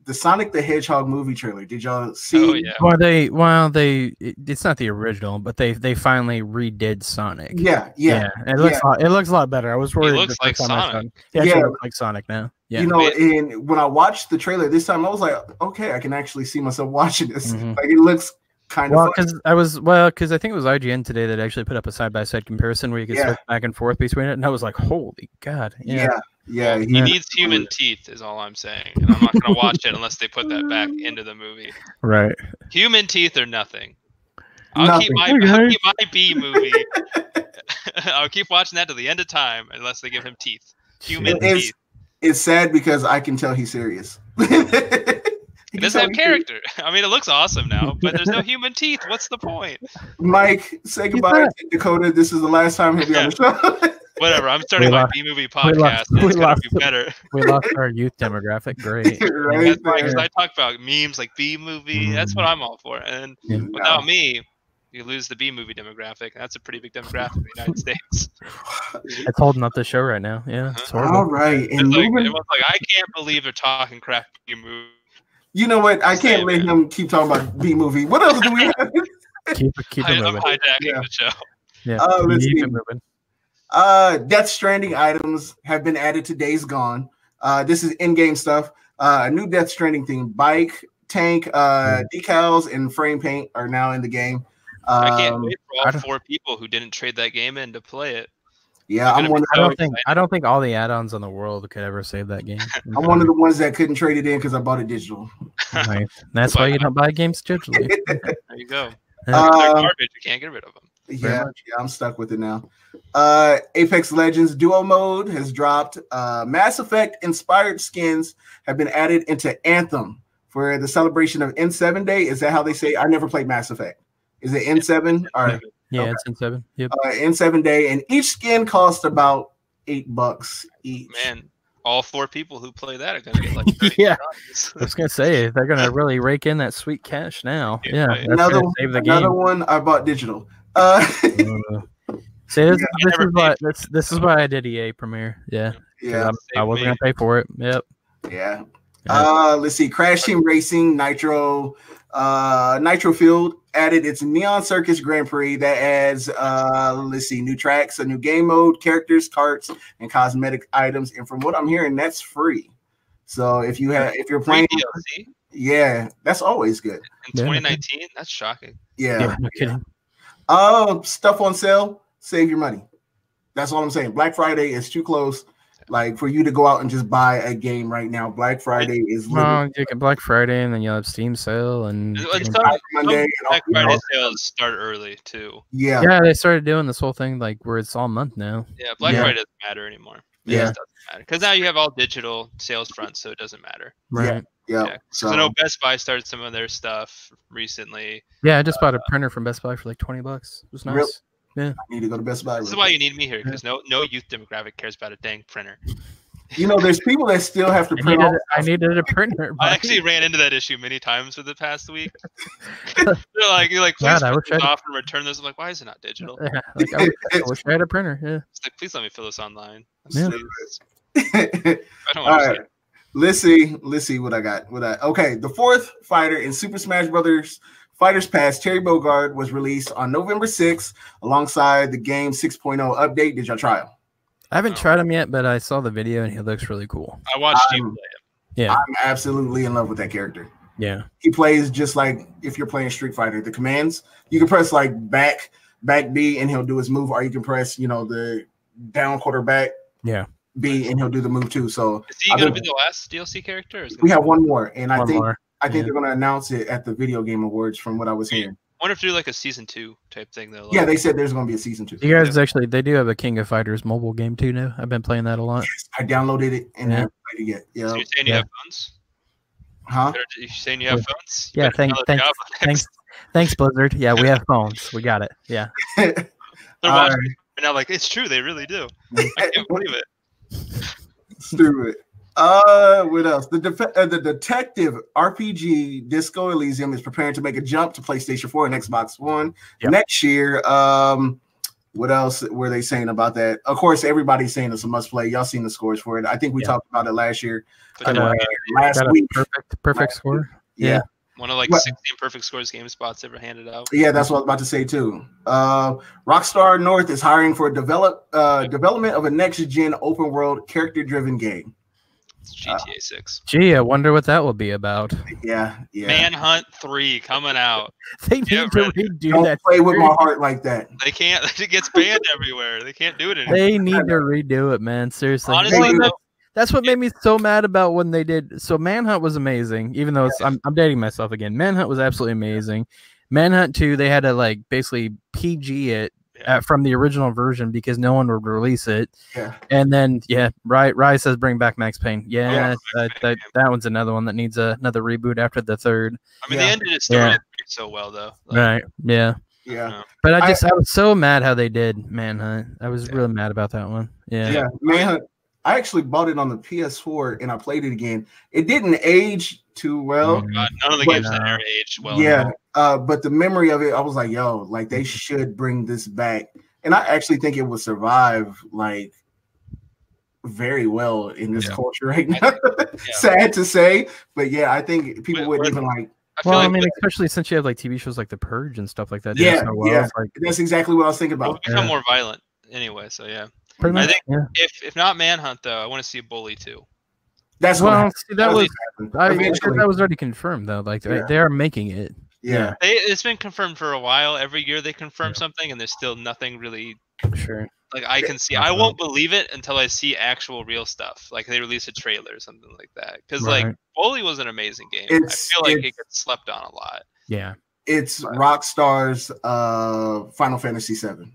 S2: the Sonic the Hedgehog movie trailer. Did y'all see?
S3: Oh yeah.
S1: Well, they well they it- it's not the original, but they they finally redid Sonic.
S2: yeah, yeah.
S1: it looks a lot, it looks a lot better. I was worried.
S3: looks
S1: the first
S3: like
S1: time I saw
S3: Sonic.
S1: it. It actually
S2: Yeah.
S1: looks like Sonic now. Yeah,
S2: You know,
S3: It-
S2: and when I watched the trailer this time, I was like, okay, I can actually see myself watching this.
S1: Mhm.
S2: Like, it looks kind
S1: Well,
S2: of fun.
S1: because I was well, because I think it was IGN today that actually put up a side by side comparison where you could
S2: Yeah.
S1: switch back and forth between it, and I was like, "Holy God!"
S2: Yeah, yeah.
S3: he
S2: he-
S3: needs human teeth, is all I'm saying. And I'm not gonna watch it unless they put that back into the movie.
S1: right.
S3: Human teeth are nothing. I'll keep my
S1: Nothing. Hey,
S3: I'll
S1: guys.
S3: keep my B movie. I'll keep watching that to the end of time unless they give him teeth. Human
S2: It is-
S3: teeth.
S2: It's sad because I can tell he's serious. He
S3: It
S2: can
S3: doesn't
S2: tell
S3: have
S2: he's serious.
S3: character. I mean, it looks awesome now, but there's no human teeth. What's the point?
S2: Mike, say
S1: He's
S2: goodbye
S1: not-
S2: to Dakota. This is the last time he'll be on the show.
S3: Whatever. I'm starting
S1: We
S3: my
S1: lost-
S3: B movie
S1: we
S3: podcast.
S1: lost-
S3: and It's
S1: we
S3: gonna
S1: lost
S3: be
S1: it.
S3: better.
S1: we lost our youth demographic. Great.
S2: Right
S1: Yeah.
S3: That's why, 'cause
S2: there.
S3: I talk about memes like B movie. That's
S1: Mm.
S3: what I'm all for. And
S1: Yeah.
S3: without
S2: No.
S3: me, you lose the B movie demographic. That's a pretty big demographic in the United States.
S1: It's holding up the show right now. Yeah, it's
S2: All
S1: horrible.
S2: right.
S3: It's
S2: And
S3: like,
S2: moving,
S3: everyone's like, I can't believe they're talking crap about B movie.
S2: you know what? I can't
S3: Same,
S2: let
S3: man.
S2: him keep talking about B movie. What else do we have?
S1: Keep it, keep
S3: I,
S1: it
S3: am
S1: moving.
S3: hijacking
S2: Yeah.
S3: the show.
S1: Yeah,
S2: Oh, let's
S1: keep
S2: see.
S1: it moving.
S2: Uh, Death Stranding items have been added to Days Gone. Uh, this is in-game stuff. Uh, a new Death Stranding thing: bike, tank, uh, decals, and frame paint are now in the game.
S3: I can't
S2: Um,
S3: wait
S1: I
S3: for all
S1: don't-
S3: four people who didn't trade that game in to play it.
S2: yeah, I'm
S3: gonna
S2: one.
S3: be
S1: I
S3: so
S1: don't think I don't think all the add-ons on the world could ever save that game.
S2: I'm one of the ones that couldn't trade it in because I bought it digital.
S1: Right. That's why you don't buy games digitally.
S3: There you go.
S1: Yeah.
S3: If they're
S2: Um,
S3: garbage. You can't get rid of them.
S1: Very
S2: Yeah, yeah, I'm stuck with it now. Uh, Apex Legends Duo Mode has dropped. Uh, Mass Effect inspired skins have been added into Anthem for the celebration of N7 Day. Is that how they say? I never played Mass Effect. Is it N7? All right,
S1: Yeah,
S2: okay.
S1: it's in seven. Yep.
S2: uh, N7 Day, and each skin costs about eight bucks each.
S3: Man, all four people who play that are going to get like 30
S1: Yeah.
S3: dollars.
S2: Oh.
S1: I was gonna say they're gonna really rake in that sweet cash now.
S3: Yeah,
S1: Yeah,
S3: right.
S1: that's
S2: another
S1: gonna save the
S2: another
S1: game.
S2: one I bought digital. Uh,
S1: Uh, See, this,
S3: I
S1: this
S3: never
S1: is why
S3: paid for
S1: this this is why I did EA Premiere. Yeah, 'cause
S2: yeah,
S1: I'm- I
S3: Save
S1: wasn't
S3: me.
S1: gonna pay for it. Yep.
S2: Yeah.
S1: Yeah.
S2: Uh, let's see. Crash Team Racing, Nitro, uh, Nitro Field added its Neon Circus Grand Prix that adds, uh, let's see, new tracks, a new game mode, characters, carts, and cosmetic items. And from what I'm hearing, that's free. So if you have, if you're
S3: Free
S2: playing,
S3: DLC in
S2: yeah, that's always good.
S1: Yeah.
S3: 2019. That's shocking.
S2: Yeah.
S1: Yeah, no kidding.
S2: Uh, stuff on sale, save your money. That's all I'm saying. Black Friday is too close. Like for you to go out and just buy a game right now, Black Friday is
S1: Well, you get Black Friday and then you'll have Steam sale and, and-
S3: Like some,
S2: Black
S3: some
S2: Monday and all-
S3: Black Friday sales start early too.
S2: yeah,
S1: yeah, they started doing this whole thing like where it's all month now.
S3: Yeah, Black
S2: Yeah.
S3: Friday doesn't matter anymore. It
S2: Yeah.
S3: just doesn't matter because now you have all digital sales fronts, so it doesn't matter.
S2: Yeah.
S1: Right.
S2: yeah.
S3: Yeah.
S2: So,
S3: I know Best Buy started some of their stuff recently.
S1: Yeah, I just bought a printer from Best Buy for like twenty bucks. It was nice.
S2: Real- I need to go to Best Buy.
S3: This is
S2: real
S3: why
S2: quick.
S3: you need me here because no no youth demographic cares about a dang printer.
S2: You know, there's people that still have to
S1: I
S2: print.
S1: needed,
S2: Off.
S1: I needed a printer.
S3: I
S1: buddy.
S3: actually ran into that issue many times over the past week. They're like, you're like, please
S1: God, I
S3: print
S1: wish
S3: this
S1: I'd-
S3: off and return this. I'm like, why is it not digital?
S1: Yeah, like, I, wish, I wish I had a printer. Yeah.
S3: It's like, please let me fill this online.
S1: Yeah.
S3: Please. I don't
S2: All right.
S3: understand.
S2: Let's see. Let's see what I got. What I okay. The fourth fighter in Super Smash Brothers Fighters Pass, Terry Bogard, was released on November 6th alongside the game 6.0 update. Did y'all try him?
S1: I haven't
S3: Oh.
S1: tried him yet, but I saw the video and he looks really cool.
S3: I watched you
S2: Um,
S3: play it.
S2: I'm absolutely in love with that character.
S1: Yeah.
S2: He plays just like if you're playing Street Fighter. The commands you can press like back, back B, and he'll do his move, or you can press you know the down quarter back,
S1: Yeah.
S2: B, and he'll do the move too. So
S3: Is he
S2: I
S3: going to
S2: don't-
S3: be the last DLC character? Or is it
S2: we
S3: gonna
S2: have
S3: be-
S2: one more, and I
S1: One
S2: think
S1: more.
S2: I think
S1: yeah.
S2: they're going to announce it at the Video Game Awards, from what I was hearing.
S3: I wonder if they're like a season two type thing though.
S2: Yeah,
S3: like-
S2: they said there's going to be a season two.
S1: You guys actually, they do have a King of Fighters mobile game too now. I've been playing that a lot.
S2: I downloaded it and
S1: Yeah.
S2: I haven't played it yet.
S3: So
S2: Yeah,
S3: you're saying you
S1: Yeah.
S3: have phones?
S2: huh?
S3: Better- You're saying you have phones? You
S1: Yeah,
S3: better
S1: thank-
S3: tell them
S1: thanks-
S3: you have phones.
S1: Thanks, thanks Blizzard. Yeah, we have phones. We got it. Yeah.
S3: They're
S2: All
S3: watching right now, like it's true. They really do. I can't believe it.
S2: Stupid. Uh, what else? The def- uh, the detective RPG Disco Elysium is preparing to make a jump to PlayStation 4 and Xbox One
S1: Yep.
S2: next year. Um, what else were they saying about that? Of course, everybody's saying it's a must play. Y'all seen the scores for it. I think we
S1: Yeah.
S2: talked about it last year,
S3: But
S2: uh,
S1: Got a-
S2: last
S1: got a
S2: week.
S1: perfect, perfect score.
S2: Yeah.
S3: one of like
S2: what-
S3: 16 perfect scores game spots ever handed out.
S2: Yeah, that's what I was about to say too. Uh, Rockstar North is hiring for develop uh, development of a next gen open world character driven game.
S3: It's
S2: Uh,
S3: GTA 6.
S1: Gee, I wonder what that will be about.
S2: Yeah, yeah.
S3: Manhunt 3 coming out.
S1: They need
S3: Yeah,
S1: to
S3: right.
S1: redo
S2: Don't
S1: that.
S2: play with my
S1: series.
S2: heart like that.
S3: They can't. It gets banned everywhere. They can't do it anymore.
S1: They need to redo it, man. Seriously.
S3: Honestly,
S1: Well,
S2: They-
S3: though,
S1: That's what made me so mad about when they did. So Manhunt was amazing, even though it's, I'm, I'm dating myself again. Manhunt was absolutely amazing. Manhunt two, they had to like basically PG it
S3: Yeah.
S1: uh, from the original version because no one would release it.
S2: Yeah,
S1: And then yeah, Rye, Rye says bring back Max Payne. Yeah,
S2: Oh, Yeah.
S1: that, that, that one's another one that needs a, another reboot after the third.
S3: I mean,
S2: Yeah.
S3: they ended his story
S1: Yeah.
S3: so well, though. Like,
S1: Right. Yeah.
S2: yeah,
S1: But I
S2: I-
S1: just I, was so mad how they did Manhunt. I was
S3: Yeah.
S1: really mad about that one. Yeah.
S2: yeah. Manhunt. I actually bought it on the PS4 and I played it again. It didn't age too well.
S1: Mm.
S3: Oh, God, none of the
S2: But,
S3: games that
S1: uh,
S3: are aged well.
S2: yeah,
S3: enough.
S2: uh, but the memory of it, I was like, yo, like they should bring this back. And I actually think it would survive like very well in this
S3: Yeah.
S2: culture right
S3: I
S2: now.
S3: Yeah.
S2: Sad to say, but yeah, I think people
S3: But-
S2: wouldn't
S3: but-
S2: even like
S3: I feel
S1: Well, I
S3: like
S1: mean,
S3: that
S1: especially since you have like TV shows like The Purge and stuff like that. do
S2: Yeah,
S1: so well.
S2: yeah.
S1: It's like
S2: that's exactly what I was thinking
S3: it will
S2: about.
S3: become
S1: yeah.
S3: more violent anyway. So, yeah.
S1: pretty
S3: I
S1: much.
S3: think-
S1: yeah.
S3: If if not Manhunt, though, I want to see Bully 2.
S2: That's what
S1: Well,
S2: happened.
S1: see, that
S2: That's
S1: was
S2: what happened.
S1: I, I
S2: eventually.
S1: heard that was already confirmed though. Like they,
S2: Yeah.
S1: they are making it.
S2: yeah.
S3: They, it's been confirmed for a while. Every year they confirm
S1: Yeah.
S3: something, and there's still nothing really
S1: Sure.
S3: like I can see.
S1: Yeah.
S3: I won't believe it until I see actual real stuff. Like they release a trailer or something like that. Because like
S1: Right.
S3: Bully was an amazing game.
S2: It's-
S3: I feel like it
S2: it's-
S3: gets slept on a lot.
S1: Yeah.
S2: It's Rockstar's uh Final Fantasy VII.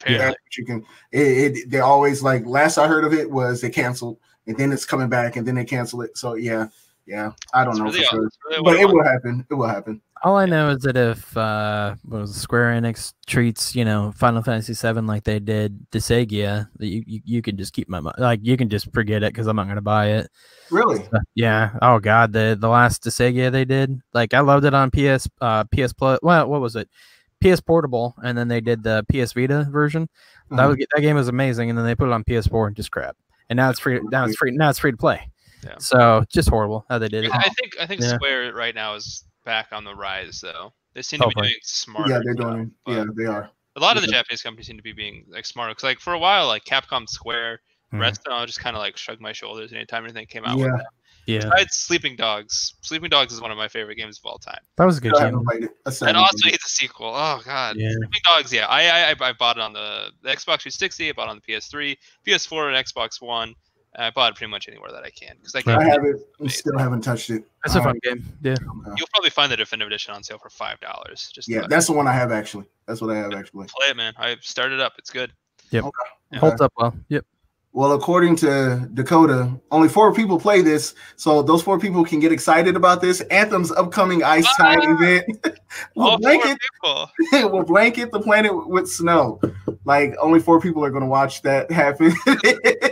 S3: Apparently,
S2: That's what you can. It, it they always like. Last I heard of it was they canceled, and then it's coming back, and then they cancel it. So yeah, yeah. I don't
S3: It's
S2: know
S3: really-
S2: for sure,
S3: it's really what
S2: but
S3: I
S2: it
S3: want.
S2: will happen. It will happen.
S1: All I know is that if uh, what was it, Square Enix treats you know Final Fantasy VII like they did the Sega, that you, you you can just keep my mo- like you can just forget it because I'm not gonna buy it.
S2: Really.
S1: Uh, Yeah. Oh God, the the last Sega they did, like I loved it on PS uh, PS Plus. Well, what was it? PS Portable, and then they did the PS Vita version. That
S2: Mhm.
S1: was that game was amazing, and then they put it on PS4 and just crap. And now it's free. Now it's free. Now it's free to play.
S3: Yeah.
S1: So just horrible how they did it.
S3: I I think I think
S1: Yeah.
S3: Square right now is back on the rise though. They seem to be
S1: Hopefully.
S3: doing smarter.
S2: yeah, they're
S3: stuff,
S2: doing.
S3: but
S2: yeah, they are.
S3: a lot of the
S2: yeah.
S3: Japanese companies seem to be being like smarter. Because like for a while, like Capcom, Square,
S1: Mhm.
S3: rest, and I just kind of like shrugged my shoulders anytime anything came out. with
S2: Yeah,
S1: Yeah,
S3: Besides Sleeping Dogs, Sleeping Dogs is one of my favorite games of all time.
S1: that was a good
S2: Still
S1: game.
S2: haven't played it. That's
S3: And
S2: not
S3: also,
S2: easy.
S3: it's a sequel. Oh god,
S1: Yeah.
S3: Sleeping Dogs. Yeah, I, I I bought it on the, the Xbox 360. I bought it on the PS3, PS4, and Xbox One. and I bought it pretty much anywhere that I can because I
S1: Right.
S2: I
S3: can.
S2: have it. and Still haven't touched it.
S1: That's a
S2: Uh,
S1: fun game. Yeah.
S3: You'll probably find the definitive edition on sale for five dollars. Just
S2: Yeah,
S3: to
S2: that's the one I have actually. That's what I have actually.
S3: play it, man. I started up. It's good. Yeah.
S1: Holds up well. Yep.
S2: Well, according to Dakota, only four people play this, so those four people can get excited about this. Anthem's upcoming Ice Tide
S3: Ah!
S2: event will
S3: All Oh, four
S2: blanket
S3: people.
S2: will blanket the planet with snow. Like only four people are going to watch that happen.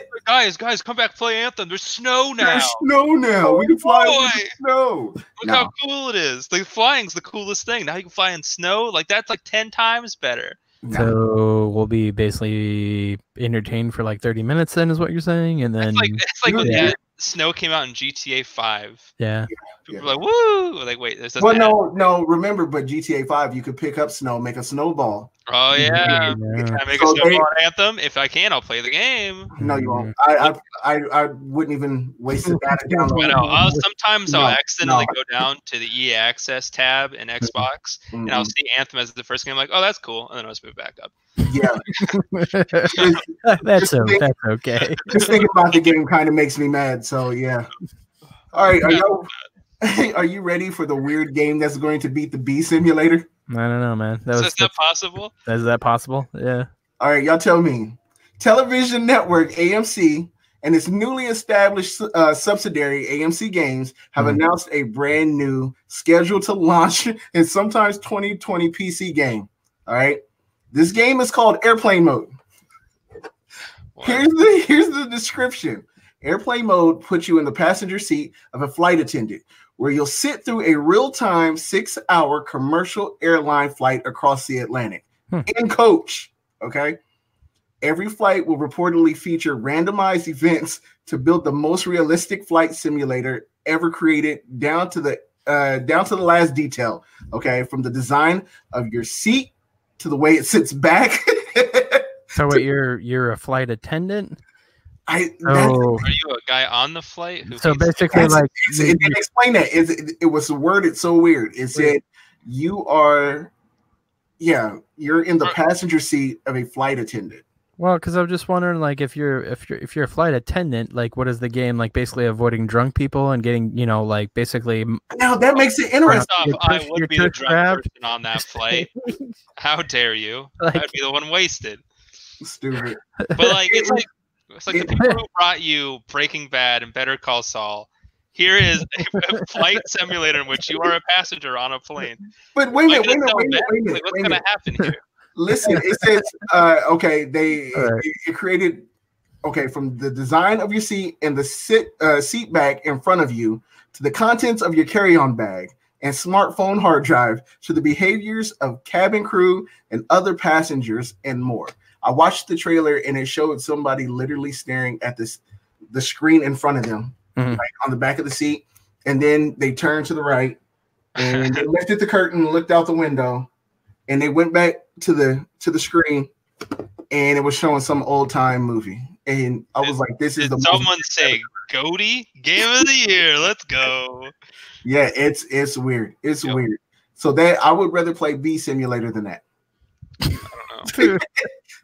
S3: Guys, guys, come back play Anthem. There's snow now.
S2: There's snow now. We can fly over the
S3: Boy.
S2: snow.
S3: Look how cool it is. The flying's the coolest thing. Now you can fly in snow. Like that's like ten times better.
S2: Nah.
S1: So we'll be basically entertained for like 30 minutes, then, is what you're saying. And then,
S3: It's like it's like when
S1: Yeah.
S3: the snow came out in GTA Five.
S1: yeah.
S3: People were like, "Woo!" We're like, wait, this doesn't.
S2: Well,
S3: happen.
S2: no, no. Remember, but GTA Five, you could pick up snow, make a snowball.
S3: Oh yeah. Can I make a
S2: So they-
S3: snowball anthem? If I can, I'll play the game.
S2: No, you won't. I, I, I, I wouldn't even waste the data
S3: I
S2: download.
S3: know. I'll, sometimes I'll
S2: No,
S3: accidentally
S2: no.
S3: go down to the EA Access tab in Xbox, and I'll
S2: Mm-mm.
S3: see Anthem as the first game. I'm like, oh, that's cool, and then I'll just move back up.
S2: Yeah,
S1: Yeah.
S2: just,
S1: that's, o- that's okay.
S2: just thinking about the game kind of makes me mad. So yeah. All right, are you are you ready for the weird game that's going to beat the Bee Simulator?
S1: I don't know, man. That
S3: Is
S1: was,
S3: that not possible?
S1: is that possible? Yeah.
S2: All right, y'all tell me. Television network AMC and its newly established uh, subsidiary AMC Games have
S1: Hmm.
S2: announced a brand new scheduled to launch in sometimes 2020 PC game. All right, this game is called Airplane Mode.
S3: What?
S2: Here's the here's the description. Airplane mode puts you in the passenger seat of a flight attendant, where you'll sit through a real-time six-hour commercial airline flight across the Atlantic
S1: Hmm.
S2: in coach. Okay. Every flight will reportedly feature randomized events to build the most realistic flight simulator ever created, down to the uh, down to the last detail. Okay, from the design of your seat to the way it sits back.
S1: So, wait, you're you're a flight attendant?
S2: I that's-
S1: So,
S3: Are you a guy on the flight? Who
S1: so
S3: thinks-
S1: basically,
S2: That's-
S1: like,
S2: It's- it didn't explain that. It, it, it was worded so weird. It said, "You are, yeah, you're in the passenger seat of a flight attendant."
S1: well, because I'm just wondering, like, if you're if you're if you're a flight attendant, like, what is the game like? Basically, avoiding drunk people and getting, you know, like, basically,
S2: Now that makes it interesting.
S3: First off,
S1: Your
S3: I
S1: turf- your
S3: would be the
S1: turf
S3: drunk
S1: grab.
S3: person on that flight. How dare you?
S1: like,
S3: I'd be the one wasted.
S2: Stupid.
S3: But like it's like it's like the
S2: It-
S3: people who brought you Breaking Bad and Better Call Saul. Here is a flight simulator in which you are a passenger on a plane.
S2: But wait a
S3: Like,
S2: minute, wait a
S3: that's
S2: minute,
S3: not
S2: wait a minute, wait a
S3: bad.
S2: minute.
S3: Like, what's
S2: wait a
S3: gonna
S2: minute.
S3: happen here?
S2: Listen, it says, uh, okay, they
S1: All right.
S2: it, it created, okay, from the design of your seat and the sit uh, seat back in front of you to the contents of your carry-on bag and smartphone hard drive to the behaviors of cabin crew and other passengers and more. I watched the trailer and it showed somebody literally staring at this the screen in front of them,
S1: Mhm.
S2: like on the back of the seat, and then they turned to the right and they lifted the curtain, looked out the window, and they went back to the to the screen, and it was showing some old time movie. And I was like, "This is
S3: Did
S2: the most-
S3: someone say Goaty? Game of the year. Let's go.
S2: yeah, it's it's weird, it's
S3: Yep.
S2: weird." So that I would rather play B Simulator than that.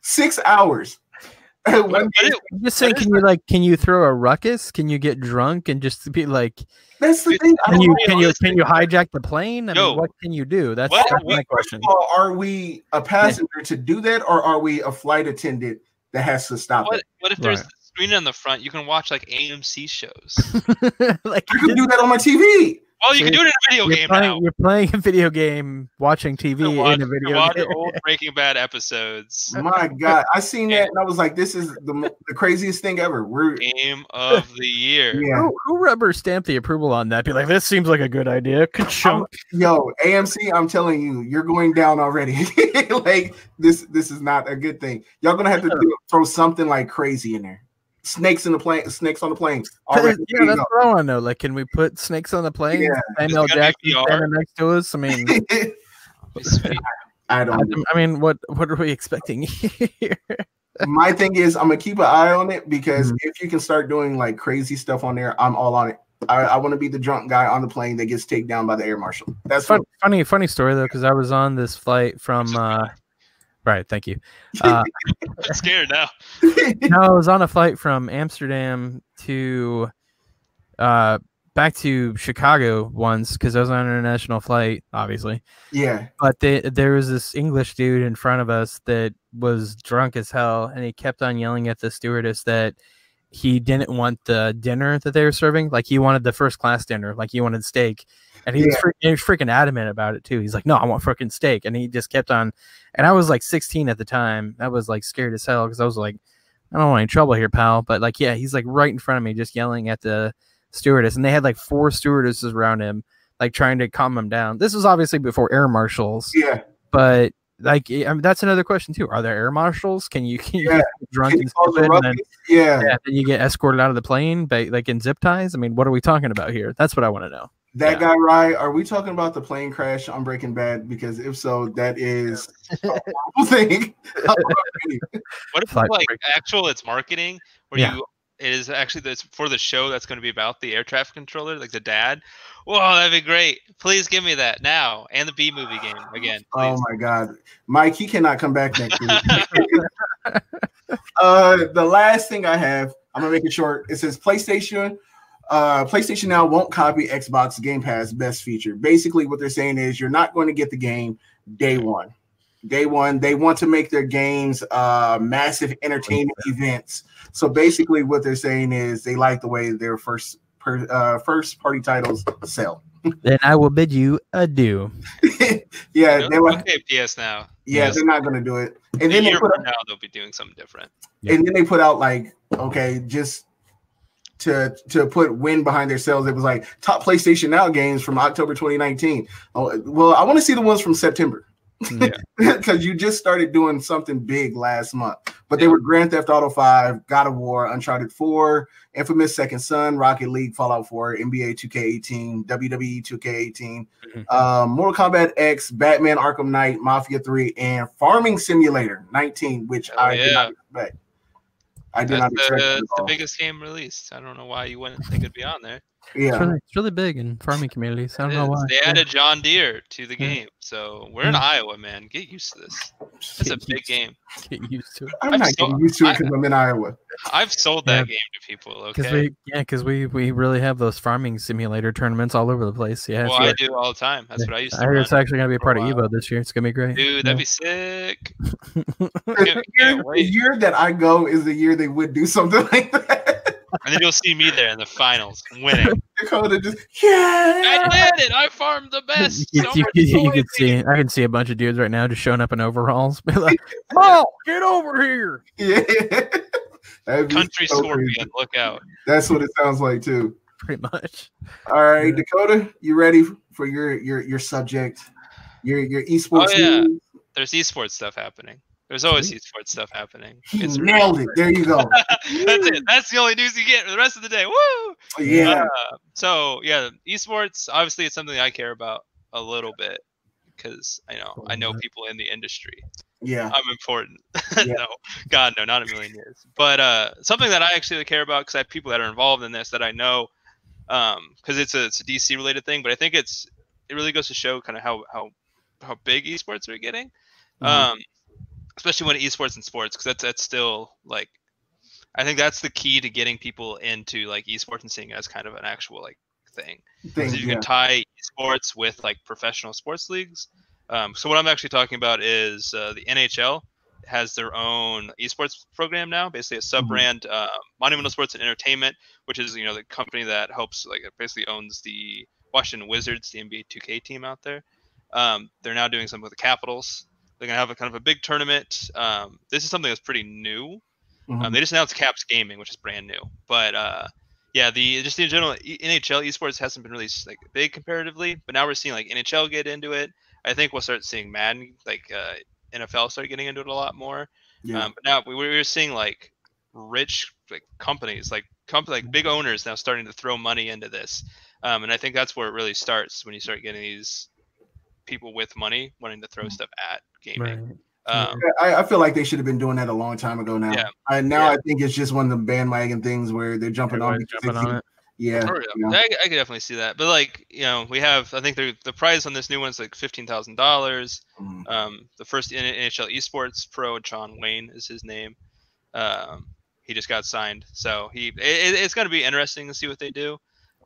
S2: Six hours.
S3: What-
S2: One
S3: what
S2: day-
S3: it-
S1: I'm just saying, can you like, can you throw a ruckus? Can you get drunk and just be like,
S2: that's the thing. I
S1: can
S2: don't
S1: you
S2: know.
S1: can you can you hijack the plane? I
S3: Yo.
S1: mean, what can you do? That's,
S3: What-
S1: that's my
S3: what-
S1: question.
S2: Well, are we a passenger to do that, or are we a flight attendant that has to stop
S3: What
S2: it?
S3: what if there's
S1: Right.
S3: a screen on the front? You can watch like AMC shows.
S1: like
S2: I could do that on my TV.
S3: Well, you can
S1: See,
S3: do it in a video
S1: you're
S3: game
S1: playing,
S3: now.
S1: you're playing a video game, watching TV
S3: You can watch-
S1: in a
S3: you can
S1: video
S3: watch
S1: game.
S3: old Breaking Bad episodes.
S2: My God, I seen that and I was like, "This is the, mo- the craziest thing ever." We're
S3: Game of the year.
S2: yeah,
S1: Who, who rubber stamped the approval on that? Be like, this seems like a good idea. Ka-chunk.
S2: yo, AMC. I'm telling you, you're going down already. like this, this is not a good thing. Y'all gonna have to do, throw something like crazy in there. Snakes in the plane, snakes on the plane. Already,
S1: yeah,
S2: there
S1: that's
S2: you go.
S1: what I want to know. Like, can we put snakes on the plane?
S2: Yeah.
S1: Samuel
S3: Is it gonna
S1: Jackson
S3: be VR?
S1: standing next to us. I mean,
S3: Sweet.
S2: I
S1: I,
S2: don't. know.
S1: I mean, what what are we expecting here?
S2: My thing is, I'm gonna keep an eye on it because
S1: Mhm.
S2: if you can start doing like crazy stuff on there, I'm all on it. I, I want to be the drunk guy on the plane that gets taken down by the air marshal. That's
S1: Fun,
S2: funny.
S1: funny, funny story though, because I was on this flight from. Uh, right, thank you. Uh,
S3: I'm scared now.
S1: no, I was on a flight from Amsterdam to, uh, back to Chicago once because I was on an international flight, obviously.
S2: yeah.
S1: but they, there was this English dude in front of us that was drunk as hell, and he kept on yelling at the stewardess that he didn't want the dinner that they were serving. Like he wanted the first class dinner, like he wanted steak, and he was
S2: Yeah.
S1: freak- he was freaking adamant about it too. He's like, "No, I want freaking steak," and he just kept on. And I was like 16 at the time. I was like scared as hell because I was like, "I don't want any trouble here, pal." But like, yeah, he's like right in front of me, just yelling at the stewardess, and they had like four stewardesses around him. Like trying to calm him down. This was obviously before air marshals
S2: Yeah.
S1: but like I mean, that's another question too. Are there air marshals? Can you can you
S2: Yeah.
S1: get drunk
S2: Can
S1: and
S2: you call the
S1: stupid and then,
S2: ruckus? yeah.
S1: yeah, then you get escorted out of the plane, ba- like in zip ties? I mean, what are we talking about here? That's what I want to know.
S2: That
S1: Yeah.
S2: guy, Rye, are we talking about the plane crash on Breaking Bad? Because if so, that is a horrible thing.
S3: What if
S1: Flight
S3: it's like
S1: break.
S3: actual it's marketing where
S1: Yeah.
S3: you it is actually this for the show that's going to be about the air traffic controller, like the dad. Whoa, that'd be great. Please give me that now. And the B movie game again.
S2: Oh
S3: Please.
S2: my God. Mike, he cannot come back next week. uh, the last thing I have, I'm going to make it short. It says PlayStation. Uh, PlayStation Now won't copy Xbox Game Pass best feature. Basically, what they're saying is you're not going to get the game day one. Day one, they want to make their games uh, massive entertainment events. So basically, what they're saying is they like the way their first per, uh, first party titles sell.
S1: Then I will bid you adieu.
S2: yeah, they
S3: No,
S2: were,
S3: okay, PS now.
S2: yeah,
S1: Yes.
S2: they're not going to do it. And
S3: And
S2: then they
S3: year
S2: put
S3: from now they'll be doing something different.
S1: Yeah.
S2: and then they put out like okay just to to put win behind their sales it was like top playstation now games from october 2019 oh, well i want to see the ones from september
S1: Yeah.
S2: because you just started doing something big last month but they were grand theft auto 5 god of war uncharted 4 infamous second son rocket league fallout 4 nba 2k18 wwe 2k18
S1: Mhm.
S3: Mm-hmm.
S2: uh, mortal kombat x batman arkham knight mafia 3 and farming simulator 19 which
S3: Oh,
S2: i did
S3: yeah.
S2: not expect i did
S3: That's
S2: not expect it
S3: the,
S2: at
S3: the
S2: all.
S3: biggest game released. I don't know why you wouldn't think it'd be on there.
S1: It's,
S2: yeah
S1: really, it's really big in farming communities. I
S3: It
S1: don't know
S3: is.
S1: why.
S3: They
S1: Yeah.
S3: added John Deere to the
S1: Yeah. Hmm.
S3: game. So we're in
S1: Yeah.
S3: Iowa, man. Get used to this. It's a big game.
S1: Get used to it
S2: i'm
S3: I'm
S2: not
S3: so-
S2: getting used to it because i'm in iowa
S3: I've sold
S1: Yeah.
S3: that game to people.
S1: because
S3: Okay.
S1: we yeah because we we really have those farming simulator tournaments all over the place. Yeah,
S3: Well,
S1: it's-
S3: I do all the time. That's what I used to
S1: I hear
S3: run.
S1: it's actually gonna be a
S3: for
S1: part
S3: a
S1: of
S3: while.
S1: Evo this year. It's gonna be great.
S3: Dude,
S1: Yeah.
S3: that'd be sick.
S2: the
S3: Can't-
S2: year,
S3: can't
S2: the
S3: wait.
S2: year that i go is the year they would do something like that
S3: And then you'll see me there in the finals winning.
S2: dakota just
S3: I
S2: yeah
S3: did it. I farmed the best.
S1: you,
S3: so
S1: you,
S3: much
S1: you- you
S3: soy
S1: can see. I can see a bunch of dudes right now just showing up in overalls. Be like, "Mo, get over here!"
S2: yeah That'd be
S3: Country
S2: so crazy.
S3: scorpion, look out.
S2: that's what it sounds like too
S1: Pretty much.
S2: All right,
S1: Yeah.
S2: Dakota, you ready for your your your subject? Your your esports.
S3: Oh, yeah.
S2: news?
S3: There's esports stuff happening. There's always esports stuff happening.
S2: He
S3: It's-
S2: nailed it. There you go.
S3: That's it. That's the only news you get for the rest of the day. Woo!
S2: Yeah.
S3: Uh, so yeah, esports. Obviously, it's something I care about a little bit because I know I know people in the industry.
S2: Yeah.
S3: I'm important.
S2: Yeah.
S3: no, God, no, not a million years. But uh, something that I actually care about because I have people that are involved in this that I know, because it's a it's a DC related thing. But I think it's it really goes to show kind of how how how big esports are getting,
S2: Mhm.
S3: um, especially when esports and sports because that's that's still like. I think that's the key to getting people into like esports and seeing it as kind of an actual like thing.
S2: Thing,
S3: So you
S2: yeah.
S3: can tie sports with like professional sports leagues. Um, so what I'm actually talking about is uh, the NHL has their own esports program now, basically a
S2: Mm-hmm.
S3: sub brand, uh, Monumental Sports and Entertainment, which is you know the company that helps like it basically owns the Washington Wizards, the NBA 2K team out there. Um, they're now doing something with the Capitals. They're gonna have a kind of a big tournament. Um, this is something that's pretty new.
S2: Mhm.
S3: Um, they just announced Caps Gaming, which is brand new. But uh, yeah, the just in general E- NHL esports hasn't been really s- like big comparatively, but now we're seeing like NHL get into it. I think we'll start seeing Madden, like uh, NFL, start getting into it a lot more.
S2: yeah.
S3: Um, but now we, we were seeing like rich like companies, like comp- like big owners now starting to throw money into this, um, and I think that's where it really starts when you start getting these people with money wanting to throw stuff at
S1: Right.
S3: gaming. Um,
S2: I, I feel like they should have been doing that a long time ago now.
S3: Yeah.
S2: I, now
S3: Yeah.
S2: I think it's just one of the bandwagon things where they're jumping on
S1: Everybody's
S2: because
S1: jumping
S2: they, keep,
S1: on it.
S2: Yeah,
S3: Or,
S2: you know.
S3: I, I could definitely see that. But like, you know, we have I think the the prize on this new one's like fifteen thousand dollars.
S2: Mhm.
S3: Um, the first N- NHL esports pro, John Wayne is his name. Um, he just got signed, so he it, it- it's going to be interesting to see what they do.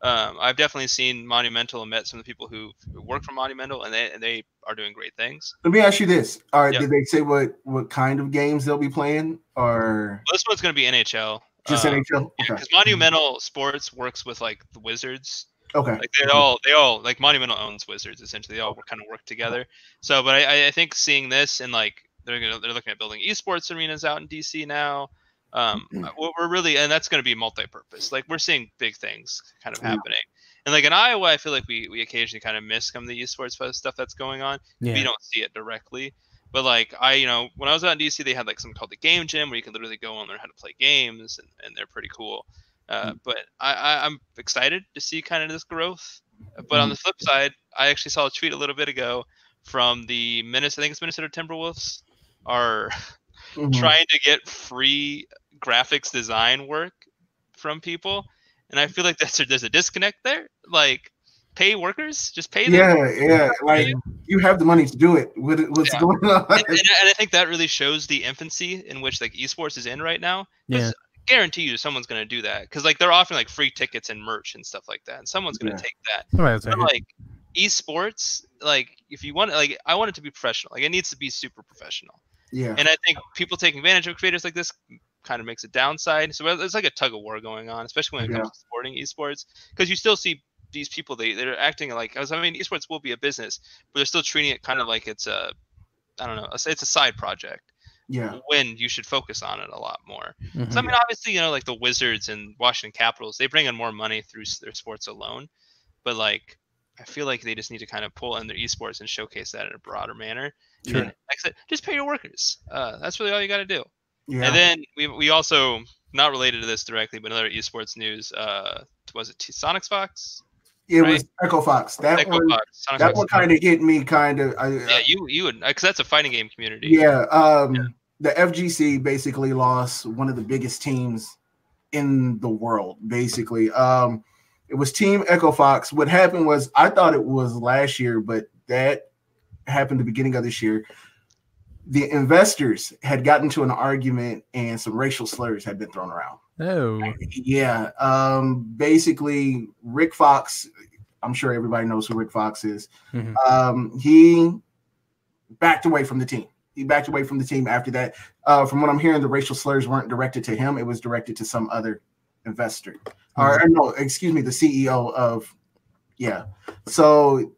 S3: Um, I've definitely seen Monumental and met some of the people who work for Monumental, and they and they are doing great things.
S2: Let me ask you this: All right,
S3: Yeah.
S2: did they say what what kind of games they'll be playing, or
S3: Well, this one's going to be NHL.
S2: just
S3: um,
S2: NHL?
S3: yeah,
S2: Okay,
S3: 'cause Monumental Sports works with like the Wizards
S2: okay,
S3: like they all they all like monumental owns wizards essentially they all kind of work together so but i I- i think seeing this and like they're gonna they're looking at building esports arenas out in dc now um
S2: Mm-hmm.
S3: we're we're really and that's gonna be multi-purpose like we're seeing big things kind of
S2: Yeah.
S3: happening and like in iowa i feel like we we occasionally kind of miss some of the esports fest stuff that's going on we
S1: Yeah.
S3: don't see it directly but like i you know when i was out in dc they had like something called the game gym where you can literally go and learn how to play games and, and they're pretty cool uh, but I, I i'm excited to see kind of this growth but on the flip side i actually saw a tweet a little bit ago from the minnesota i think it's minnesota timberwolves are
S2: Mhm.
S3: trying to get free graphics design work from people and i feel like that's there's a disconnect there like pay workers just pay them
S2: Yeah, yeah, like you have the money to do it. What, what's
S3: Yeah.
S2: going on?
S3: and, and I- and I think that really shows the infancy in which like esports is in right now.
S1: Yeah.
S3: Guarantee you, someone's gonna do that because like they're offering like free tickets and merch and stuff like that, and someone's gonna
S2: Yeah.
S3: take that.
S1: Somebody was
S3: But
S1: right.
S3: like esports, like if you want, like I want it to be professional. Like it needs to be super professional.
S2: yeah,
S3: And I think people taking advantage of creators like this kind of makes a downside. So it's like a tug of war going on, especially when it comes to sporting esports, because you still see these people they they're acting like I was- I mean esports will be a business, but they're still treating it kind of like it's a I don't know, it's it's a side project
S2: yeah,
S3: when you should focus on it a lot more.
S2: Mm-hmm.
S1: Mhm.
S3: So I mean, obviously, you know, like the Wizards and Washington Capitals, they bring in more money through s- their sports alone, but like I feel like they just need to kind of pull in their esports and showcase that in a broader manner.
S2: Sure.
S3: And like I said, just pay your workers. Uh, that's really all you got to do.
S2: yeah.
S3: And then we we also not related to this directly, but another esports news. Uh, was it T- Sonics Fox?
S2: it
S3: right.
S2: was Echo Fox. That
S3: Echo
S2: one,
S3: Fox. Sonics
S2: that
S3: Fox.
S2: one kind of hit me. Kind of, I,
S3: Yeah, you you would because that's a fighting game community.
S2: Yeah, um,
S3: Yeah.
S2: the FGC basically lost one of the biggest teams in the world. Basically, um, it was Team Echo Fox. What happened was I thought it was last year, but that happened the beginning of this year. The investors had gotten to an argument, and some racial slurs had been thrown around.
S1: Oh,
S2: Yeah. Um, basically, Rick Fox, I'm sure everybody knows who Rick Fox is.
S1: Mhm.
S2: Um, he backed away from the team. He backed away from the team after that. Uh, from what I'm hearing, the racial slurs weren't directed to him, it was directed to some other investor. Or, or no, excuse me, the CEO of, yeah. So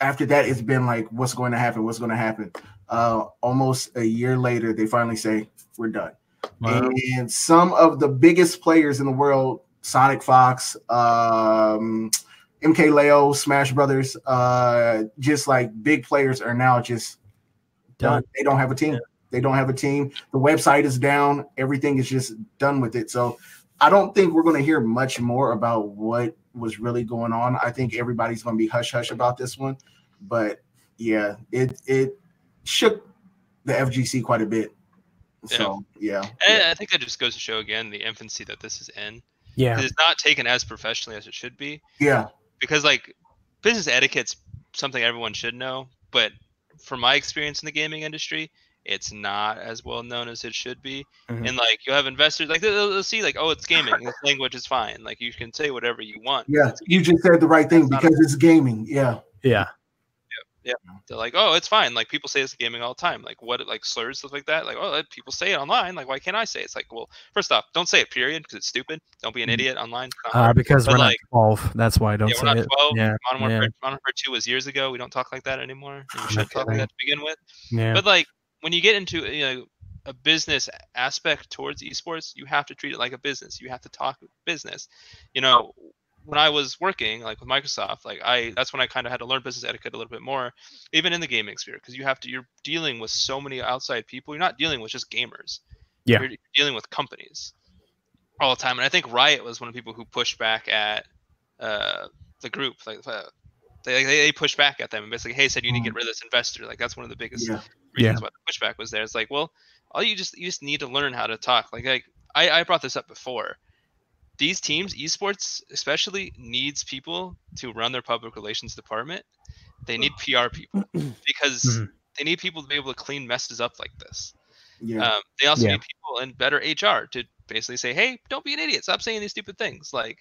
S2: after that, it's been like, what's going to happen? What's going to happen? Uh, almost a year later, they finally say, we're done
S1: wow.
S2: and some of the biggest players in the world sonic fox um mk leo smash brothers uh just like big players are now just done
S1: Done.
S2: they don't have a team they don't have a team the website is down everything is just done with it so i don't think we're going to hear much more about what was really going on i think everybody's going to be hush hush about this one but yeah it it shook the fgc quite a bit so yeah, yeah.
S3: And I think that just goes to show again the infancy that this is in.
S1: Yeah.
S3: It's not taken as professionally as it should be
S2: Yeah,
S3: because like business etiquette's something everyone should know, but from my experience in the gaming industry, it's not as well known as it should be.
S1: Mhm.
S3: And like you have investors like they'll, they'll see like oh it's gaming, this language is fine, like you can say whatever you want.
S2: yeah. You just said the right thing because it's gaming. Yeah.
S1: Yeah.
S3: They're like oh it's fine, like people say it's gaming all the time, like what like slurs stuff like that, like oh that- people say it online, like why can't I say it? it's like well first off don't say it period because it's stupid, don't be an
S2: Mhm.
S3: idiot online. It's not
S1: Uh, because
S3: But
S1: we're
S3: like-
S1: not 12. That's why I don't
S3: yeah,
S1: say
S3: we're not
S1: it.
S3: 12.
S1: Yeah.
S3: Modern
S1: yeah.
S3: Warfare, Modern Warfare 2 was years ago. We don't talk like that anymore. and We shouldn't talk
S2: Okay.
S3: like that to begin with.
S1: Yeah.
S3: But like when you get into you know a business aspect towards esports, you have to treat it like a business. You have to talk business. You know, when I was working like with Microsoft, like I that's when I kind of had to learn business etiquette a little bit more, even in the gaming sphere, because you have to you're dealing with so many outside people. You're not dealing with just gamers.
S1: Yeah.
S3: You're dealing with companies all the time. And I think Riot was one of the people who pushed back at uh, the group. Like uh, they, they they pushed back at them and basically, hey, said you need to
S1: Mm.
S3: get rid of this investor. Like that's one of the biggest
S2: Yeah.
S3: reasons why the pushback was there. It's like, well, all you just you just need to learn how to talk. Like like I, I brought this up before. these teams, esports especially, needs people to run their public relations department. They need PR people because
S1: Mhm.
S3: they need people to be able to clean messes up like this.
S2: Yeah.
S3: Um, they also
S1: Yeah.
S3: need people in better HR to basically say, "Hey, don't be an idiot. Stop saying these stupid things." Like,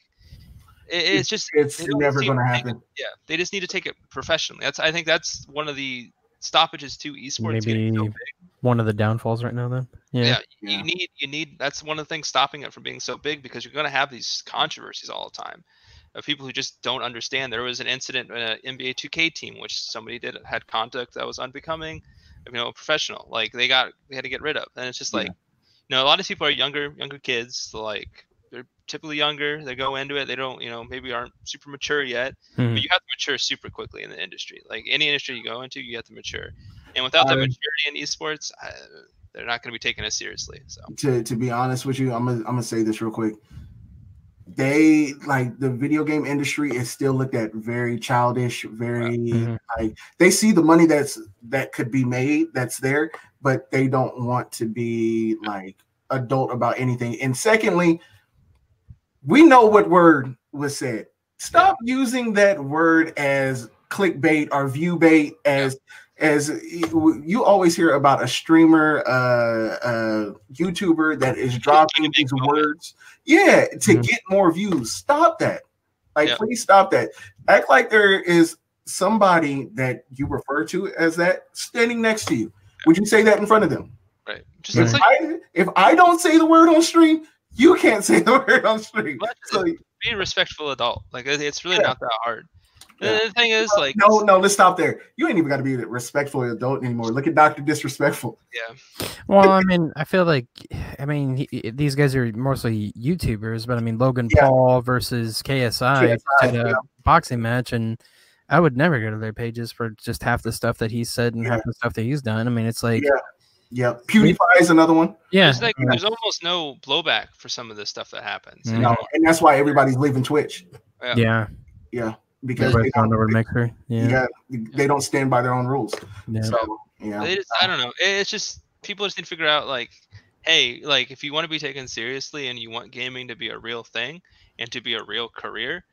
S3: it, it's just
S2: it's
S3: they don't
S2: never
S3: seem
S2: going to
S3: to
S2: happen.
S3: yeah, they just need to take it professionally. That's I think that's one of the stoppages to esports.
S1: Maybe
S3: getting so big.
S1: one of the downfalls right now. Then yeah,
S3: Yeah,
S2: Yeah.
S3: you need you need that's one of the things stopping it from being so big because you're going to have these controversies all the time of people who just don't understand there was an incident in an nba 2k team which somebody did had conduct that was unbecoming you know professional like they got they had to get rid of and it's just
S2: Yeah.
S3: like you know a lot of these people are younger younger kids like they're typically younger they go into it they don't you know maybe aren't super mature yet
S2: Mm-hmm.
S1: Mhm.
S3: but you have to mature super quickly in the industry like any industry you go into you have to mature and without that
S2: I-
S3: maturity in esports I, they're not going to be taking us seriously so
S2: To to be honest with you, I'm gonna I'm gonna say this real quick. They like the video game industry is still looked at very childish, very
S1: Mhm.
S2: they see the money that's that could be made that's there but they don't want to be like adult about anything and secondly we know what word was said stop using that word as clickbait or view bait as as you you always hear about a streamer uh uh youtuber that is dropping these words yeah to
S1: Mhm.
S2: get more views stop that like
S3: Yeah.
S2: please stop that act like there is somebody that you refer to as that standing next to you. Would you say that in front of them?
S3: Right. Just
S1: Right.
S3: it's
S2: If
S3: like
S2: I, if I don't say the word on stream, you can't say the word on stream.
S3: Much as
S2: So,
S3: be a respectful adult. Like it- it's really
S2: Yeah.
S3: not that hard.
S2: Yeah.
S3: And the thing is, like,
S2: no, no, let's stop there. You ain't even got to be a respectful adult anymore. Look at Dr. Disrespectful.
S3: yeah,
S1: Well, I mean, I feel like, I mean, he, he- these guys are mostly YouTubers, but I mean, Logan
S2: Yeah.
S1: Paul versus KSI had a
S2: yeah.
S1: boxing match, and I would never go to their pages for just half the stuff that he said and
S2: Yeah.
S1: half the stuff that he's done. I mean, it's like,
S2: Yeah. Yeah. PewDiePie is another one.
S1: yeah,
S3: it's like
S2: Yeah. Mm-hmm.
S3: there's almost no blowback for some of this stuff that happens.
S1: Mm.
S2: No,
S3: anymore.
S2: and that's why everybody's leaving Twitch.
S1: yeah,
S3: Yeah.
S2: Yeah. Because they
S1: everybody's going over to
S2: don't,
S1: Mixer.
S2: yeah.
S1: Yeah,
S2: they don't stand by their own rules.
S1: yeah.
S2: So, yeah.
S3: They just, I don't know. It- It's just people just need to figure out like, hey, like if you want to be taken seriously and you want gaming to be a real thing and to be a real career,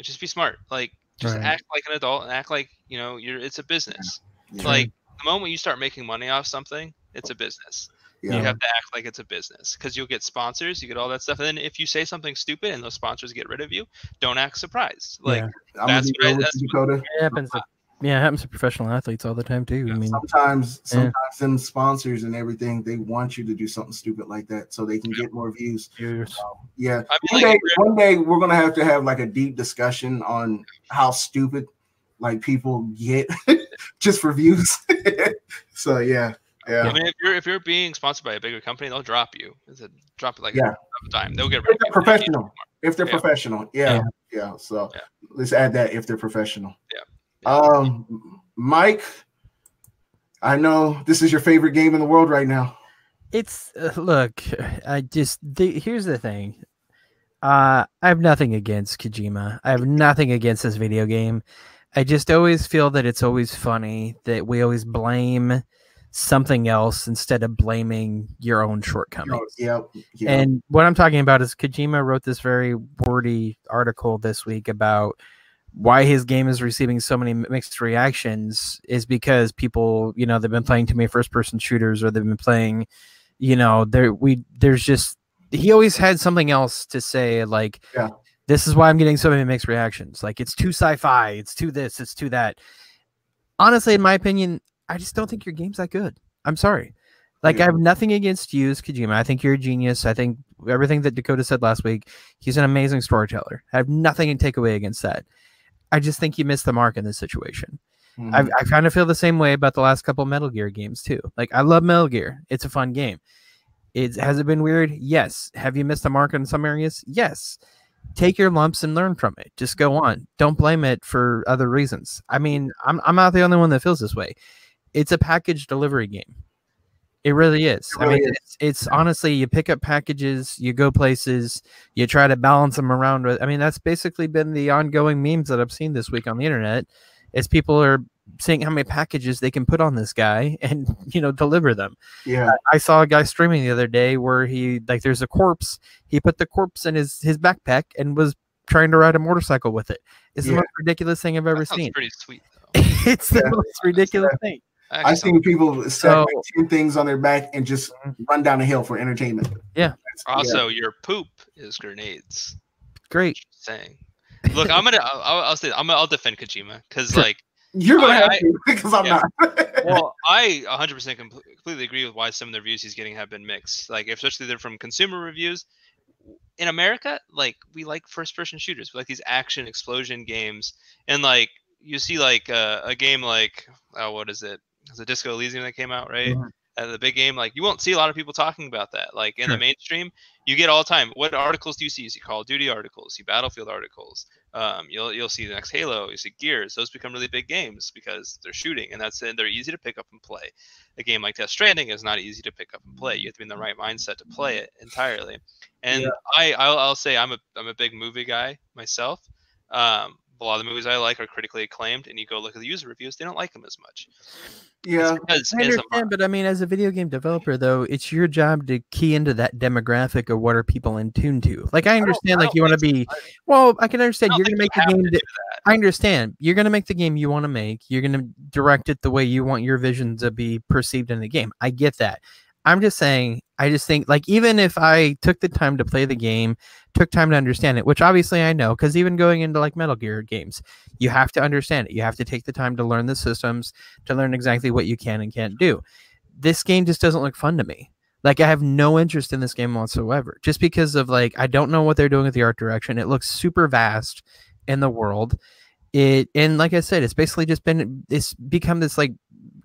S3: just be smart. Like just
S1: Right.
S3: act like an adult and act like you know you're. It's a business.
S2: Yeah.
S3: Like the moment you start making money off something, it's a business.
S2: Yeah.
S3: You have to act like it's a business because you'll get sponsors, you get all that stuff. And then if you say something stupid and those sponsors get rid of you, don't act surprised. Like,
S1: Yeah.
S2: I'm going to
S3: that's
S2: be real
S3: right,
S2: with
S3: that's
S2: you, Dakota.
S1: It happens. To, yeah, it happens to professional athletes all the time too. I mean,
S2: sometimes
S1: Yeah.
S2: sometimes them sponsors and everything they want you to do something stupid like that so they can get more views
S1: viewers.
S2: yeah
S3: I
S2: one
S3: mean, like,
S2: day, one day we're gonna have to have like a deep discussion on how stupid like people get just for views so yeah
S3: I
S2: yeah
S3: mean, if you're if you're being sponsored by a bigger company, they'll drop you. It's a drop it like
S2: Yeah.
S3: a dime. They'll get
S2: If
S3: rid of
S2: they're
S3: you.
S2: professional. if they're
S3: Yeah.
S2: professional yeah yeah, so
S3: Yeah.
S2: let's add that if they're professional
S3: Yeah.
S2: um mike i know this is your favorite game in the world right now
S1: It's uh, look, I just the, here's the thing. Uh, I have nothing against Kojima. I have nothing against this video game. I just always feel that it's always funny that we always blame something else instead of blaming your own shortcomings.
S2: yep, yep.
S1: And what I'm talking about is Kojima wrote this very wordy article this week about why his game is receiving so many mixed reactions is because people, you know, they've been playing too many first person shooters or they've been playing, you know, there we there's just he always had something else to say like
S2: Yeah.
S1: this is why I'm getting so many mixed reactions. Like it's too sci-fi, it's too this, it's too that. Honestly, in my opinion, I just don't think your game's that good. I'm sorry. Like
S2: Yeah.
S1: I have nothing against you, Kojima. I think you're a genius. I think everything that Dakota said last week, he's an amazing storyteller. I have nothing to take away against that. I just think you missed the mark in this situation.
S2: Mhm.
S1: I, I kind of feel the same way about the last couple Metal Gear games too. Like I love Metal Gear; it's a fun game. It has it been weird? Yes. Have you missed the mark in some areas? Yes. Take your lumps and learn from it. Just go on. Don't blame it for other reasons. I mean, I'm I'm not the only one that feels this way. It's a package delivery game. It really is.
S2: It really
S1: I mean, It's, it's honestly you pick up packages, you go places, you try to balance them around with. I mean, that's basically been the ongoing memes that I've seen this week on the internet. Is people are seeing how many packages they can put on this guy and you know deliver them.
S2: Yeah,
S1: I saw a guy streaming the other day where he like there's a corpse. He put the corpse in his his backpack and was trying to ride a motorcycle with it. It's the
S2: Yeah.
S1: most ridiculous thing I've ever
S3: that sounds
S1: seen.
S3: pretty sweet. Though.
S1: it's the
S2: Yeah.
S1: most ridiculous thing.
S3: That
S2: I've
S3: actually
S2: seen people set
S1: So-
S2: like, ten things on their back and just run down a hill for entertainment.
S1: Yeah.
S2: That's-
S3: sounds- also, your poop is grenades.
S1: Great.
S3: Just Saying, look, I'm gonna, I'll, I'll- I'll say, I'm gonna, I'll defend Kojima because
S1: Sure.
S3: like,
S2: you're gonna
S3: I-
S2: have
S3: I-
S2: to because I'm
S3: yeah.
S2: not.
S3: well, I 100% com- completely agree with why some of the reviews he's getting have been mixed. Like, especially they're from consumer reviews. In America, like we like first-person shooters, we like these action explosion games, and like you see like uh, a game like oh, what is it? It's a Disco Elysium that came out, right?
S1: Mhm.
S3: Uh, the big game, like you won't see a lot of people talking about that. Like in
S1: Sure.
S3: the mainstream, you get all the time. What articles do you see? You see Call of Duty articles, you see Battlefield articles. Um, you'll you'll see the next Halo, you see Gears. Those become really big games because they're shooting, and that's it. They're easy to pick up and play. A game like Death Stranding is not easy to pick up and play. You have to be in the right mindset to play it entirely. And
S2: Yeah.
S3: I I'll, I'll say I'm a I'm a big movie guy myself. Um, a lot of the movies I like are critically acclaimed, and you go look at the user reviews, they don't like them as much.
S2: yeah,
S3: It's because
S1: I
S3: as a
S1: understand, but I mean, as a video game developer, though, it's your job to key into that demographic of what are people in tune to. Like, I understand,
S3: Oh, I
S1: like
S3: don't
S1: you want to
S3: think
S1: be. Well, I can understand
S3: don't
S1: you're gonna make
S3: think you
S1: the
S3: have
S1: game.
S3: to
S1: that-
S3: do that.
S1: I understand you're gonna make the game you want to make. You're gonna direct it the way you want your vision to be perceived in the game. I get that. I'm just saying. I just think, like, even if I took the time to play the game, took time to understand it, which obviously I know, because even going into like Metal Gear games, you have to understand it. You have to take the time to learn the systems, to learn exactly what you can and can't do. This game just doesn't look fun to me. Like I have no interest in this game whatsoever, just because of like I don't know what they're doing with the art direction. It looks super vast in the world. It and like I said, it's basically just been it's become this like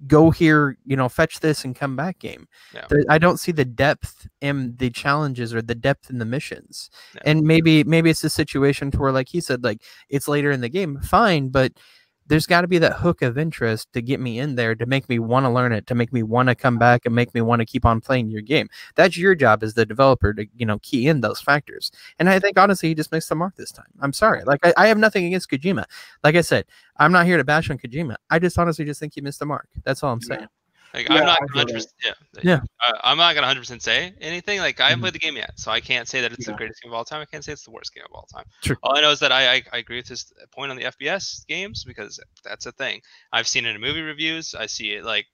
S1: go here, you know, fetch this and come back game.
S3: Yeah.
S1: There- I don't see the depth in the challenges or the depth in the missions.
S3: No.
S1: And maybe maybe it's a situation to where like he said, like it's later in the game, fine, but there's got to be that hook of interest to get me in there to make me want to learn it to make me want to come back and make me want to keep on playing your game that's your job as the developer to you know key in those factors and i think honestly he just missed the mark this time i'm sorry like i, I have nothing against kojima like i said i'm not here to bash on kojima i just honestly just think he missed the mark that's all i'm
S2: Yeah.
S1: saying
S3: Like,
S2: Yeah,
S3: I'm not
S2: I feel
S3: 100. percent Yeah,
S1: Yeah.
S3: I- I'm not gonna 100 percent say anything. Like I haven't
S1: Mhm.
S3: played the game yet, so I can't say that it's
S2: Yeah.
S3: the greatest game of all time. I can't say it's the worst game of all time.
S1: Sure.
S3: All I know is that I, I I agree with this point on the FBS games because that's a thing. I've seen it in movie reviews. I see it like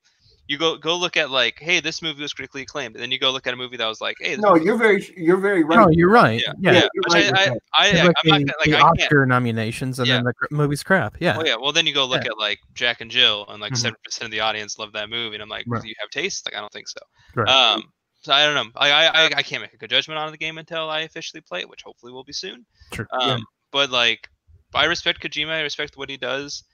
S3: you go go look at like, hey, this movie was critically acclaimed, and then you go look at a movie that was like, hey, this
S2: no,
S3: movie-
S2: you're very, you're very right.
S1: no you're right
S3: yeah,
S1: Oh, yeah,
S2: yeah,
S3: Which
S2: you're
S3: I,
S2: right with
S3: I,
S2: that.
S3: I,
S1: It's
S3: am
S1: like
S3: not gonna
S1: the,
S3: like
S1: the
S3: I can't.
S1: Oscar nominations and
S3: Yeah.
S1: then the cr- movie's crap. Yeah.
S3: Oh yeah. Well, then you go look
S1: Yeah.
S3: at like Jack and Jill, and like
S1: Mhm.
S3: 7 percent of the audience love that movie, and I'm like,
S1: Right.
S3: do you have taste? Like, I don't think so.
S1: Right.
S3: Um, so I don't know. I, I I- I can't make a good judgment on the game until I officially play it, which hopefully will be soon.
S1: True.
S3: Um,
S1: Yeah.
S3: but like, I respect Kojima. I respect what he does.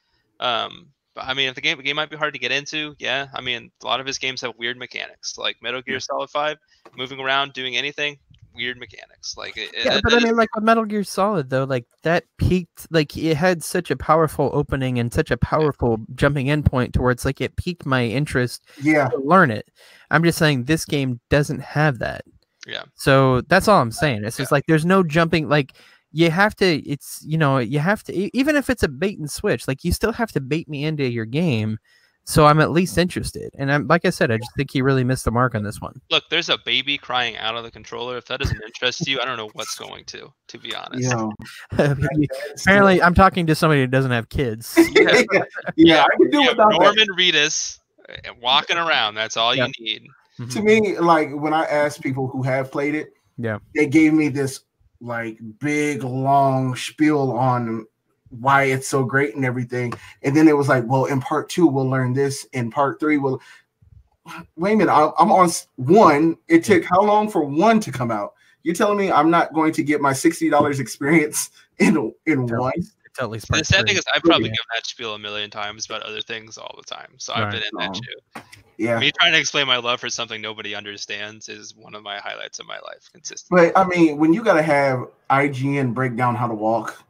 S3: Um, but I mean, if the game the game might be hard to get into, yeah. I mean, a lot of his games have weird mechanics, like Metal Gear Solid Five, moving around, doing anything, weird mechanics. Like, it, it-
S1: Yeah,
S3: it-
S1: but I
S3: it-
S1: mean, like with Metal Gear Solid, though, like that peaked, like it had such a powerful opening and such a powerful jumping in point to where it's like it piqued my interest
S2: Yeah,
S1: to learn it. I'm just saying this game doesn't have that.
S3: Yeah.
S1: So that's all I'm saying. It's just like there's no jumping. Like you have to, it's, you know, you have to, e- even if it's a bait and switch, like you still have to bait me into your game. So I'm at least interested. And I'm, like I said, I just think he really missed the mark on this one.
S3: look, there's a baby crying out of the controller. If that doesn't interest you, I don't know what's going to. To be honest.
S2: you know, that's-
S1: Apparently, I'm talking to somebody who doesn't have kids.
S2: yeah, yeah, I can do
S3: You have
S2: without that.
S3: Norman Reedus uh, walking around. That's all
S1: Yeah.
S3: you need.
S1: Mm-hmm.
S2: to me, like when I asked people who have played it,
S1: Yeah.
S2: they gave me this like big long spiel on why it's so great and everything, and then it was like, well, in part two we'll learn this, in part three we'll. Wait a minute, I'm I'm on s- one. It took how long for one to come out? You're telling me I'm not going to get my sixty dollars experience in in
S1: Yeah.
S2: one?
S1: It's at least
S3: The
S1: part
S3: sad thing
S1: three.
S3: is, I've probably
S1: Yeah.
S3: given that spiel a million times about other things all the time. So I've been in
S2: Right.
S3: that too.
S2: Yeah,
S3: Me trying to explain my love for something nobody understands is one of my highlights of my life consistently.
S2: but I mean, when you gotta have IGN break down how to walk,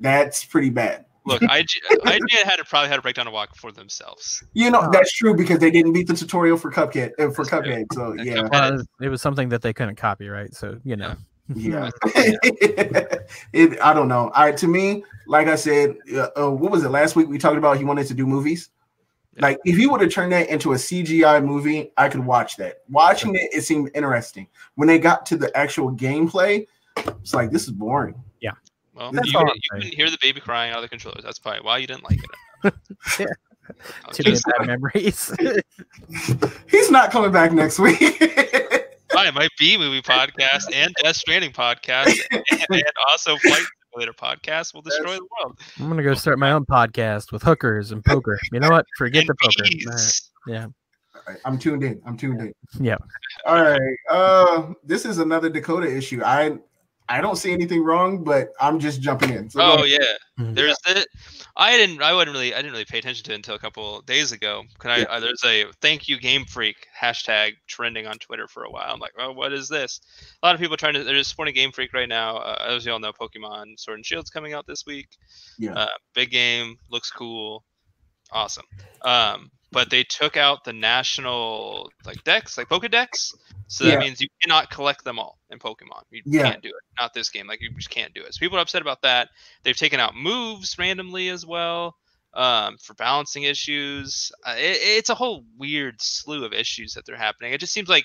S2: that's pretty bad.
S3: Look, IG, IGN had to probably had to break down a walk for themselves.
S2: You know
S1: Uh,
S2: that's true because they didn't beat the tutorial for Cuphead uh, for
S3: That's true.
S2: Cuphead. So
S3: And
S2: yeah,
S3: Cuphead-
S1: Well, Uh, it was something that they couldn't copyright, so you know.
S2: yeah.
S3: Yeah.
S2: it, I don't know. I to me, like I said, uh, uh, what was it last week? We talked about he wanted to do movies. Yeah. Like if he would have turned that into a CGI movie, I could watch that. Watching it, it seemed interesting. When they got to the actual gameplay, it's like this is boring.
S1: Yeah.
S3: Well, you, you couldn't hear the baby crying out of the controllers. That's probably why you didn't like it.
S1: yeah. Too many bad memories.
S2: He's not coming back next week.
S3: Hi, my B movie podcast and Death Stranding podcast and, and also Flight Simulator podcast will destroy That's, the world.
S1: I'm gonna go start my own podcast with hookers and poker. You know what? Forget the poker. Right. Yeah.
S2: Right. I'm tuned in. I'm tuned in.
S1: Yeah.
S2: All right. Uh, this is another Dakota issue. I I don't see anything wrong, but I'm just jumping in.
S3: So oh yeah, mm-hmm. there's the. I didn't. I wouldn't really. I didn't really pay attention to it until a couple days ago. Can I? Yeah. Uh, there's a thank you Game Freak hashtag trending on Twitter for a while. I'm like, oh, what is this? A lot of people trying to. They're just supporting Game Freak right now. Uh, as you all know, Pokemon Sword and Shield's coming out this week.
S2: Yeah.
S3: Uh, big game. Looks cool. Awesome. Um, but they took out the national like decks, like Pokedex. So that yeah. means you cannot collect them all in Pokemon. You yeah. can't do it. Not this game. Like you just can't do it. So people are upset about that. They've taken out moves randomly as well um, for balancing issues. Uh, it, it's a whole weird slew of issues that they're happening. It just seems like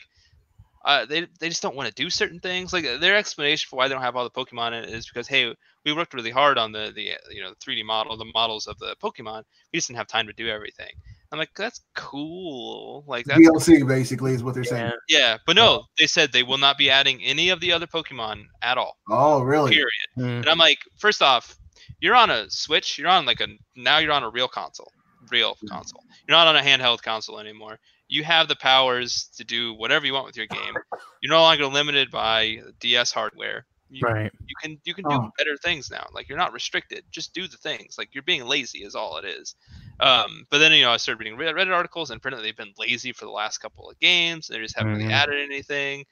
S3: uh, they they just don't want to do certain things. Like their explanation for why they don't have all the Pokemon in it is because hey, we worked really hard on the the you know the 3D model, the models of the Pokemon. We just didn't have time to do everything. I'm like, that's cool. Like that's
S2: DLC cool. basically is what they're saying.
S3: Yeah, yeah. but no, oh. they said they will not be adding any of the other Pokemon at all.
S2: Oh, really?
S3: Period.
S1: Mm.
S3: Mm-hmm. And I'm like, first off, you're on a Switch. You're on like a now you're on a real console, real mm-hmm. console. You're not on a handheld console anymore you have the powers to do whatever you want with your game. You're no longer limited by DS hardware. You,
S1: right.
S3: You can you can do oh. better things now. Like you're not restricted. Just do the things. Like you're being lazy is all it is. Um, but then you know I started reading Reddit articles and apparently they've been lazy for the last couple of games. They just haven't mm-hmm. really added anything.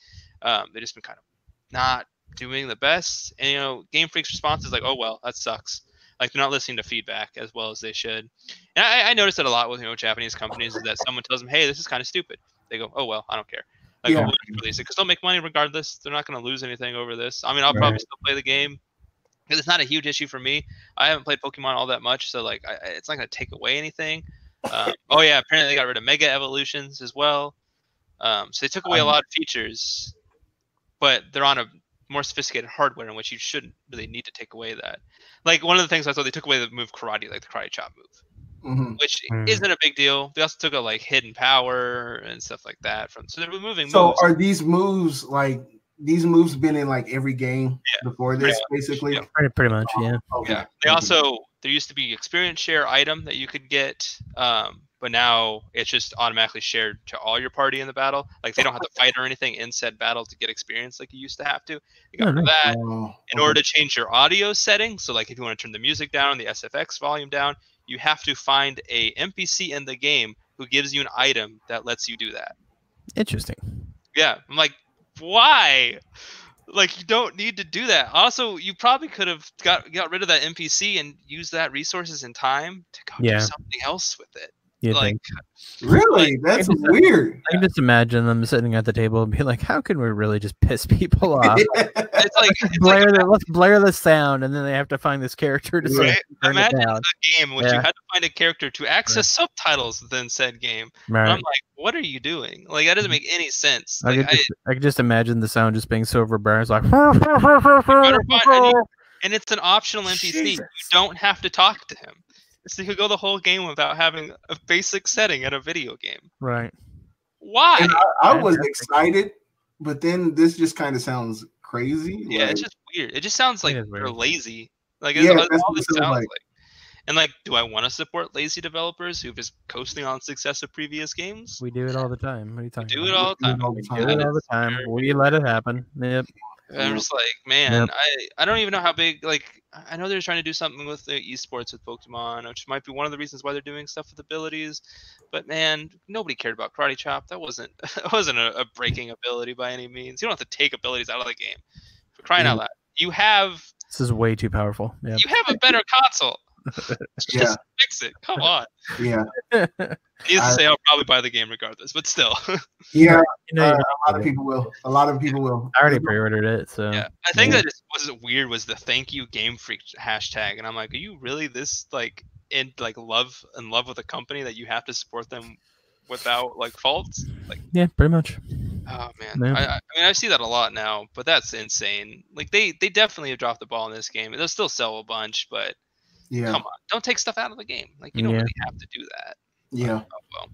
S3: Um, they've just been kind of not doing the best. And you know Game Freak's response is like, oh well, that sucks like they're not listening to feedback as well as they should. And I, I noticed that a lot with you know Japanese companies is that someone tells them, "Hey, this is kind of stupid." They go, "Oh well, I don't care." Like yeah. we'll release it because they'll make money regardless. They're not going to lose anything over this. I mean, I'll right. probably still play the game because it's not a huge issue for me. I haven't played Pokemon all that much, so like I, it's not going to take away anything. Um, oh yeah, apparently they got rid of Mega Evolutions as well. Um, so they took away a lot of features, but they're on a more sophisticated hardware in which you shouldn't really need to take away that. Like one of the things I saw, they took away the move karate, like the karate chop move, mm-hmm. which mm-hmm. isn't a big deal. They also took a like hidden power and stuff like that from. So they're removing.
S2: So moves. are these moves like these moves been in like every game yeah, before this, basically?
S1: Yeah. Pretty, pretty much, yeah.
S3: Oh, okay. Yeah. They also there used to be experience share item that you could get. Um, but now it's just automatically shared to all your party in the battle. Like they don't have to fight or anything in said battle to get experience like you used to have to. You got oh, that. Oh, in order to change your audio settings, so like if you want to turn the music down, the SFX volume down, you have to find a NPC in the game who gives you an item that lets you do that.
S1: Interesting.
S3: Yeah, I'm like, why? Like you don't need to do that. Also, you probably could have got got rid of that NPC and used that resources and time to go yeah. do something else with it.
S1: You like,
S2: think. really? That's I just, weird.
S1: I can just imagine them sitting at the table and be like, "How can we really just piss people off?"
S3: it's like it's
S1: blare like, the, let's blare the sound, and then they have to find this character to right?
S3: Sort of imagine a game which yeah. you had to find a character to access right. subtitles within said game. Right. I'm like, what are you doing? Like that doesn't make any sense.
S1: I,
S3: Um, like,
S1: could, just, I, I could just imagine the sound just being so overbearing. It's like.
S3: And it's an optional NPC. Jesus. You don't have to talk to him so you could go the whole game without having a basic setting at a video game.
S1: Right.
S3: Why?
S2: And I, I was excited, but then this just kind of sounds crazy.
S3: Yeah, like, it's just weird. It just sounds like they're lazy. Like yeah, that's all this sounds like. like. And like, do I want to support lazy developers who've just coasting on success of previous games?
S1: We do it all the time. What are you talking?
S3: We do
S1: about?
S3: it all the time.
S1: We do it all the time. We let it happen. Yep.
S3: I'm just like, man, yep. I, I don't even know how big. Like, I know they're trying to do something with the esports with Pokemon, which might be one of the reasons why they're doing stuff with abilities. But man, nobody cared about Karate Chop. That wasn't that wasn't a, a breaking ability by any means. You don't have to take abilities out of the game. For crying mm. out loud, you have.
S1: This is way too powerful. Yeah.
S3: You have a better console. just yeah. fix it. Come on.
S2: Yeah.
S3: Needless I, to say, I'll probably buy the game regardless, but still.
S2: yeah, you know, uh, a lot of people will. A lot of people will.
S1: I already pre-ordered it, so.
S3: Yeah, I think yeah. that was weird was the "thank you Game Freak" hashtag, and I'm like, are you really this like in like love in love with a company that you have to support them without like faults. Like
S1: yeah, pretty much.
S3: oh man,
S1: Yeah.
S3: I, I I mean I see that a lot now, but that's insane. Like they they definitely have dropped the ball in this game. They'll still sell a bunch, but
S2: Yeah,
S3: come on, don't take stuff out of the game. Like you don't
S1: Yeah.
S3: really have to do that.
S2: yeah.
S3: Oh, well,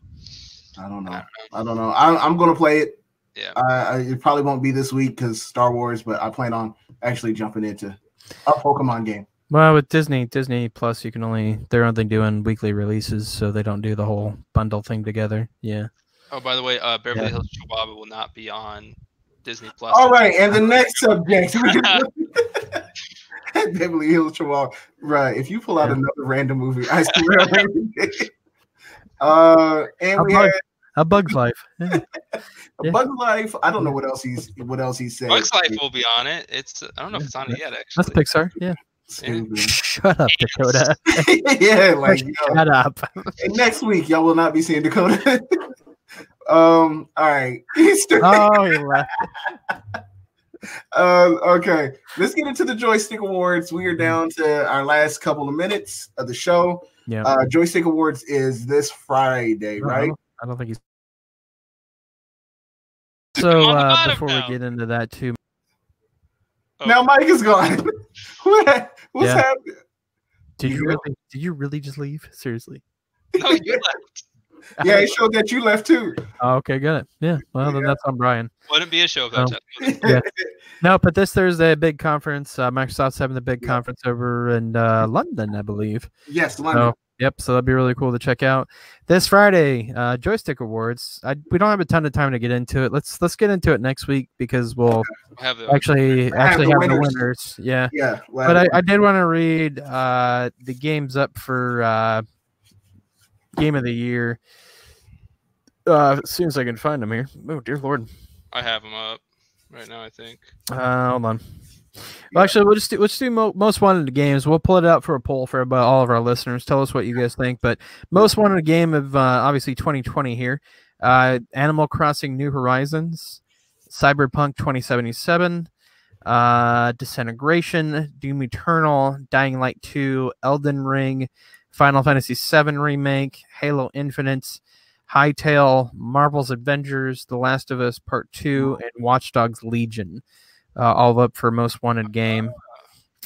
S2: I don't know.
S3: I don't know.
S2: I don't know. I, I'm gonna play it.
S3: Yeah.
S2: I, I, it probably won't be this week because Star Wars, but I plan on actually jumping into a Pokemon game.
S1: Well, with Disney, Disney Plus, you can only they're only doing weekly releases, so they don't do the whole bundle thing together. Yeah.
S3: Oh, by the way, uh, Beverly
S1: Yeah.
S3: Hills Chihuahua will not be on Disney Plus.
S2: All right, and the next subject. Beverly Hills Chihuahua. Right. If you pull out
S1: Yeah.
S2: another random movie, I swear. I'm gonna- uh, and
S1: A
S2: we
S1: bug,
S2: had
S1: a bug's life. Yeah. yeah.
S2: Bug Life. I don't know what else he's what else he said.
S3: Bugs Life will be on it. It's I don't know if it's on it yet
S1: That's
S3: actually.
S1: Pixar. Yeah.
S2: Stupid.
S1: Shut up, Dakota.
S2: yeah, like yo.
S1: Shut up.
S2: And next week y'all will not be seeing Dakota. um. All right.
S1: Oh, he left.
S2: Um, okay, let's get into the joystick awards. We are down to our last couple of minutes of the show.
S1: Yeah. Uh-huh.
S2: Uh, joystick awards is this Friday,
S1: No, I
S2: right?
S1: don't- I don't think he's.
S3: Dude, I'm
S1: So
S3: on the
S1: uh,
S3: bottom
S1: before
S3: now.
S1: we get into that too,
S3: Oh,
S2: Now Mike is gone. what? What's
S1: Yeah.
S2: happening?
S1: did you
S2: Yeah.
S1: really, did you really just leave? Seriously?
S3: no, you left.
S2: Yeah, it showed that you left too.
S1: Oh, okay, got it. Yeah. Well, then
S2: Yeah.
S1: that's on Brian.
S3: Wouldn't be a show
S1: No.
S3: without Jeff.
S1: No, but this Thursday, a big conference. Uh, Microsoft's having the big
S2: Yeah.
S1: conference over in uh, London, I believe.
S2: Yes,
S1: So,
S2: London.
S1: yep. So that'd be really cool to check out this Friday. Uh, Joystick Awards. I, we don't have a ton of time to get into it. Let's let's get into it next week because we'll
S3: Have the,
S1: actually actually
S2: the
S1: have the
S2: winners.
S1: winners. Yeah.
S2: Yeah, well,
S1: but I, I did want to read uh, the games up for uh, game of the year. Uh, as soon as I can find them here. Oh dear lord.
S3: I have them up right now. I think.
S1: Uh, hold on. Well, actually, we'll just do, let's do mo- most wanted games. We'll pull it out for a poll for about all of our listeners. Tell us what you guys think. But most wanted game of uh, obviously 2020 here. Uh, Animal Crossing: New Horizons, Cyberpunk 2077, uh, Disintegration, Doom Eternal, Dying Light 2, Elden Ring, Final Fantasy VII Remake, Halo Infinite, Hightail, Marvel's Avengers, The Last of Us Part 2, and Watch Dogs Legion, uh, all up for most wanted game.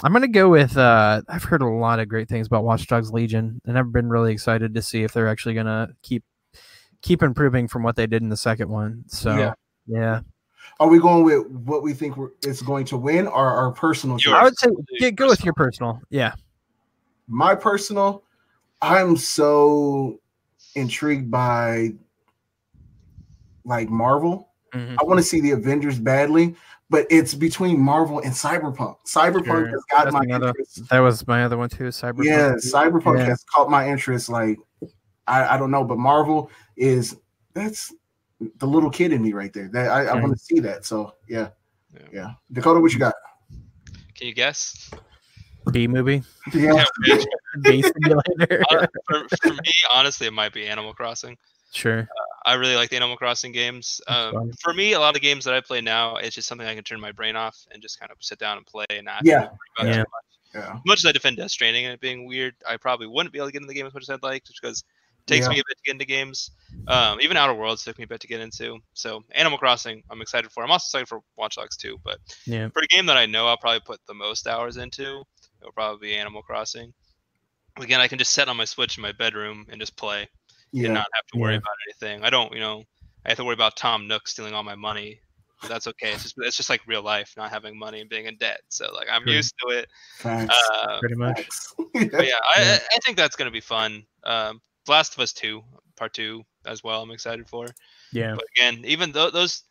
S1: I'm gonna go with. Uh, I've heard a lot of great things about Watch Dogs Legion, and I've been really excited to see if they're actually gonna keep keep improving from what they did in the second one. So
S2: Yeah.
S1: yeah,
S2: are we going with what we think we're, it's going to win, or our personal?
S3: Yours.
S1: I
S2: choice?
S1: would say yeah, go with your personal. Yeah,
S2: My personal. I'm so intrigued by like Marvel.
S1: Mm-hmm.
S2: I want to see the Avengers badly, but it's between Marvel and Cyberpunk. Cyberpunk
S1: Sure.
S2: has got
S1: That's
S2: my
S1: another-
S2: interest.
S1: that was my other one too. Cyberpunk.
S2: Yeah, Cyberpunk
S1: Yeah.
S2: has caught my interest. Like, I, I don't know, but Marvel is that's the little kid in me right there. That I, I
S1: Mhm.
S2: want to see that. So yeah,
S3: Yeah.
S2: yeah, Dakota, what you got?
S3: Can you guess?
S1: B movie,
S2: Yeah,
S3: Yeah,
S1: B simulator.
S3: uh, for, for me, honestly, it might be Animal Crossing.
S1: sure.
S3: I really like the Animal Crossing games.
S1: That's
S3: Um,
S1: fun.
S3: for me, a lot of games that I play now, it's just something I can turn my brain off and just kind of sit down and play and not
S2: Yeah.
S3: worry about it
S1: Yeah.
S3: too much.
S2: yeah,
S3: As much as I defend Death Stranding and it being weird, I probably wouldn't be able to get into the game as much as I'd like, just because it takes
S2: Yeah.
S3: me a bit to get into games. Um, even Outer Worlds took me a bit to get into. So Animal Crossing, I'm excited for. I'm also excited for Watch Dogs 2, but
S1: Yeah.
S3: for a game that I know I'll probably put the most hours into, it'll probably be Animal Crossing. Again, I can just set on my Switch in my bedroom and just play and
S2: yeah.
S3: not have to worry
S1: Yeah.
S3: about anything. I don't, you know, I have to worry about Tom Nook stealing all my money. But that's okay. It's just, it's just like real life, not having money and being in debt. So like I'm
S1: Sure.
S3: used to it.
S2: Facts.
S3: Uh,
S1: Pretty much.
S2: Facts.
S3: but yeah, I,
S1: Yeah.
S3: I think that's gonna be fun. Um, Last of Us Two, Part Two, as well. I'm excited for.
S1: Yeah.
S3: But again, even though those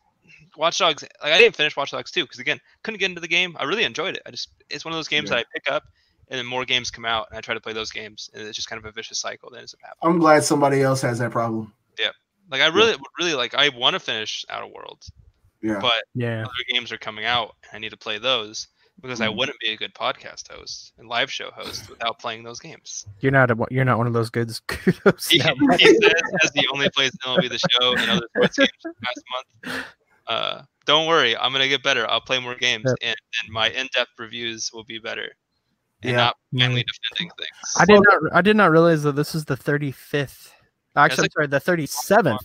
S3: Watch Dogs, like I didn't finish Watch Dogs 2 because again, couldn't get into the game. I really enjoyed it. I just it's one of those games
S2: Yeah.
S3: that I pick up and then more games come out and I try to play those games and it's just kind of a vicious cycle that ends up happening.
S2: I'm glad somebody else has that problem.
S3: Like I really, really like I want to finish Outer Worlds,
S2: Yeah,
S3: but
S1: Yeah.
S3: other games are coming out and I need to play those because I
S2: Mhm.
S3: wouldn't be a good podcast host and live show host without playing those games.
S1: You're not a, you're not one of those goods. Kudos.
S3: He,
S1: No.
S3: he says as the only place in MLB the show and other sports games this past month. Uh, don't worry, I'm gonna get better. I'll play more games,
S1: Yep.
S3: and, and my in-depth reviews will be better. and
S2: Yeah.
S3: not blindly defending things.
S1: I did not. I did not realize that this is the 35th. Actually, I'm
S3: like-
S1: sorry, the 37th.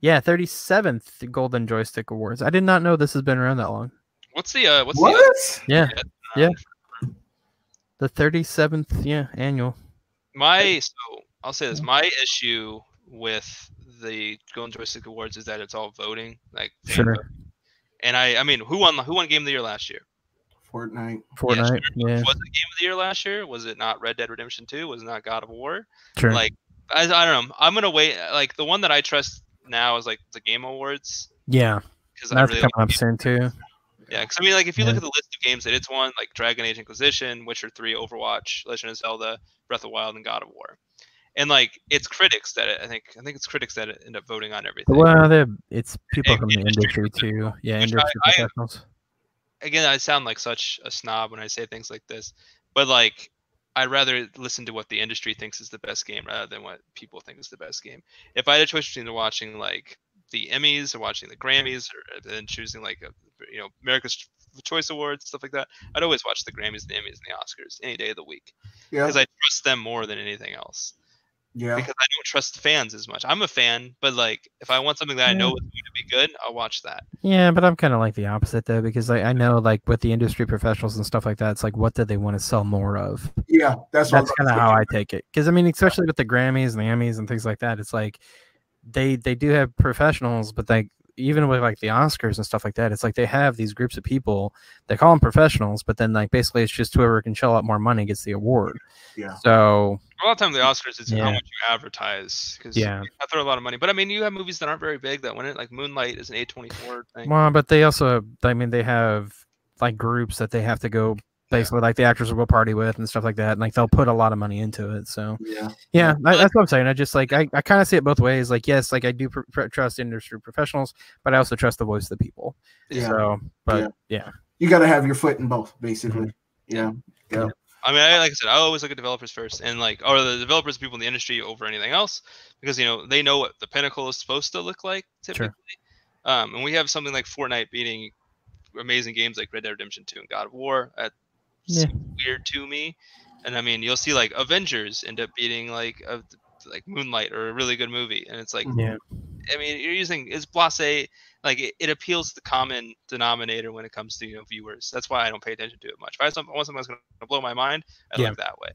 S1: Yeah, 37th Golden Joystick Awards. I did not know this has been around that long.
S3: What's the uh, what's the other
S2: What?
S1: Yeah,
S3: one?
S1: Yeah. the 37th. Yeah, annual.
S3: My so I'll say this. My issue with the Golden Joystick Awards is that it's all voting, like fan
S1: Sure.
S3: voting. And I, I mean, who won? Who won Game of the Year last year?
S2: Fortnite.
S1: Fortnite. Yeah,
S3: Was it Game of the Year last year? Was it not Red Dead Redemption Two? Was it not God of War?
S1: sure.
S3: Like, I, I don't know. I'm gonna wait. Like the one that I trust now is like the Game Awards
S1: yeah,
S3: because I
S1: that's
S3: really
S1: coming
S3: like
S1: up soon too.
S3: Yeah, 'cause I mean, like, if you look
S1: Yeah.
S3: at the list of games that it's won, like Dragon Age Inquisition, Witcher 3, Overwatch, Legend of Zelda, Breath of the Wild, and God of War, and like, it's critics that it, I think I think it's critics that end up voting on everything.
S1: Well, they're- it's people from the
S3: Industry
S1: industry too. Yeah,
S3: Which I-
S1: industry
S3: I-
S1: professionals.
S3: Again, I sound like such a snob when I say things like this, but like, I'd rather listen to what the industry thinks is the best game rather than what people think is the best game. If I had a choice between watching like the Emmys or watching the Grammys or then choosing like a, you know America's Choice Awards stuff like that, I'd always watch the Grammys, the Emmys, and the Oscars any day of the week.
S2: Yeah.
S3: because I trust them more than anything else.
S2: Yeah.
S3: Because I don't trust fans as much. I'm a fan, but like if I want something that I know is going to be good, I'll watch that.
S1: Yeah, but I'm kind of like the opposite though, because like I know like with the industry professionals and stuff like that, it's like what do they want to sell more of?
S2: Yeah. That's, what
S1: That's
S2: I'm
S1: kind of how I take it. Because I mean, especially with the Grammys and the Emmys and things like that, it's like they they do have professionals, but like even with like the Oscars and stuff like that, it's like they have these groups of people. They call them professionals, but then like basically it's just whoever can shell out more money gets the award.
S2: Yeah.
S1: So
S3: A lot of times the Oscars is
S1: Yeah.
S3: how much you advertise because
S1: Yeah.
S3: I throw a lot of money. But I mean, you have movies that aren't very big that win it. Like Moonlight is an A24 thing.
S1: well, but they also I mean they have like groups that they have to go basically like the actors will go party with and stuff like that, and like they'll put a lot of money into it. So.
S2: Yeah.
S1: Yeah, I,
S3: But-
S1: that's what I'm saying. I just like I, I kind of see it both ways. Like yes, like I do pr- pr- trust industry professionals, but I also trust the voice of the people.
S2: Yeah.
S1: So, but
S2: Yeah.
S1: yeah,
S2: You got to have your foot in both, basically.
S3: Mm-hmm.
S2: Yeah.
S3: I mean, I, like I said, I always look at developers first, and like, or the developers, people in the industry over anything else, because you know they know what the pinnacle is supposed to look like typically. Um, and we have something like Fortnite beating amazing games like Red Dead Redemption Two and God of War. That's
S1: Yeah.
S3: weird to me. And I mean, you'll see like Avengers end up beating like a, like Moonlight or a really good movie, and it's like,
S2: Mm-hmm.
S1: Yeah.
S3: I mean, you're using it's blasé. Like it, it appeals to the common denominator when it comes to you know viewers. That's why I don't pay attention to it much. If I, some- I want something that's going to blow my mind, I
S1: Yeah.
S3: look that way.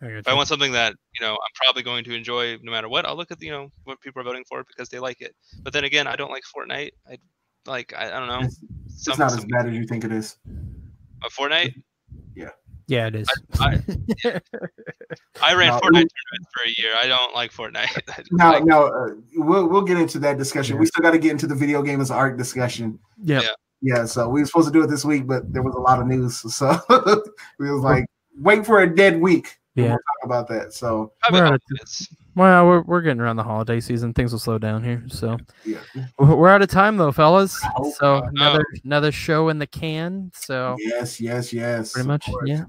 S1: I
S3: If I want something that you know I'm probably going to enjoy no matter what, I'll look at you know what people are voting for because they like it. But then again, I don't like Fortnite. I like I, I don't know.
S2: It's, it's not as bad as you think it is.
S3: uh, Fortnite.
S1: yeah, it is.
S3: I- I ran
S2: No,
S3: Fortnite tournaments for a year. I don't like Fortnite. I just
S2: No,
S3: like-
S2: no, uh, we'll we'll get into that discussion.
S1: Yeah.
S2: We still got to get into the video game as art discussion.
S1: yeah,
S3: Yeah.
S2: Yeah, so we were supposed to do it this week, but there was a lot of news, so we was like, wait for a dead week. and
S1: Yeah.
S2: we'll talk about that. So
S3: I mean,
S1: We're out of-
S3: it's-
S1: Well, we're we're getting around the holiday season. Things will slow down here, so
S2: yeah,
S1: we're we're out of time though, fellas.
S2: Oh,
S1: So another another show in the can. So
S2: yes, yes, yes.
S1: pretty much,
S2: Of course.
S1: yeah.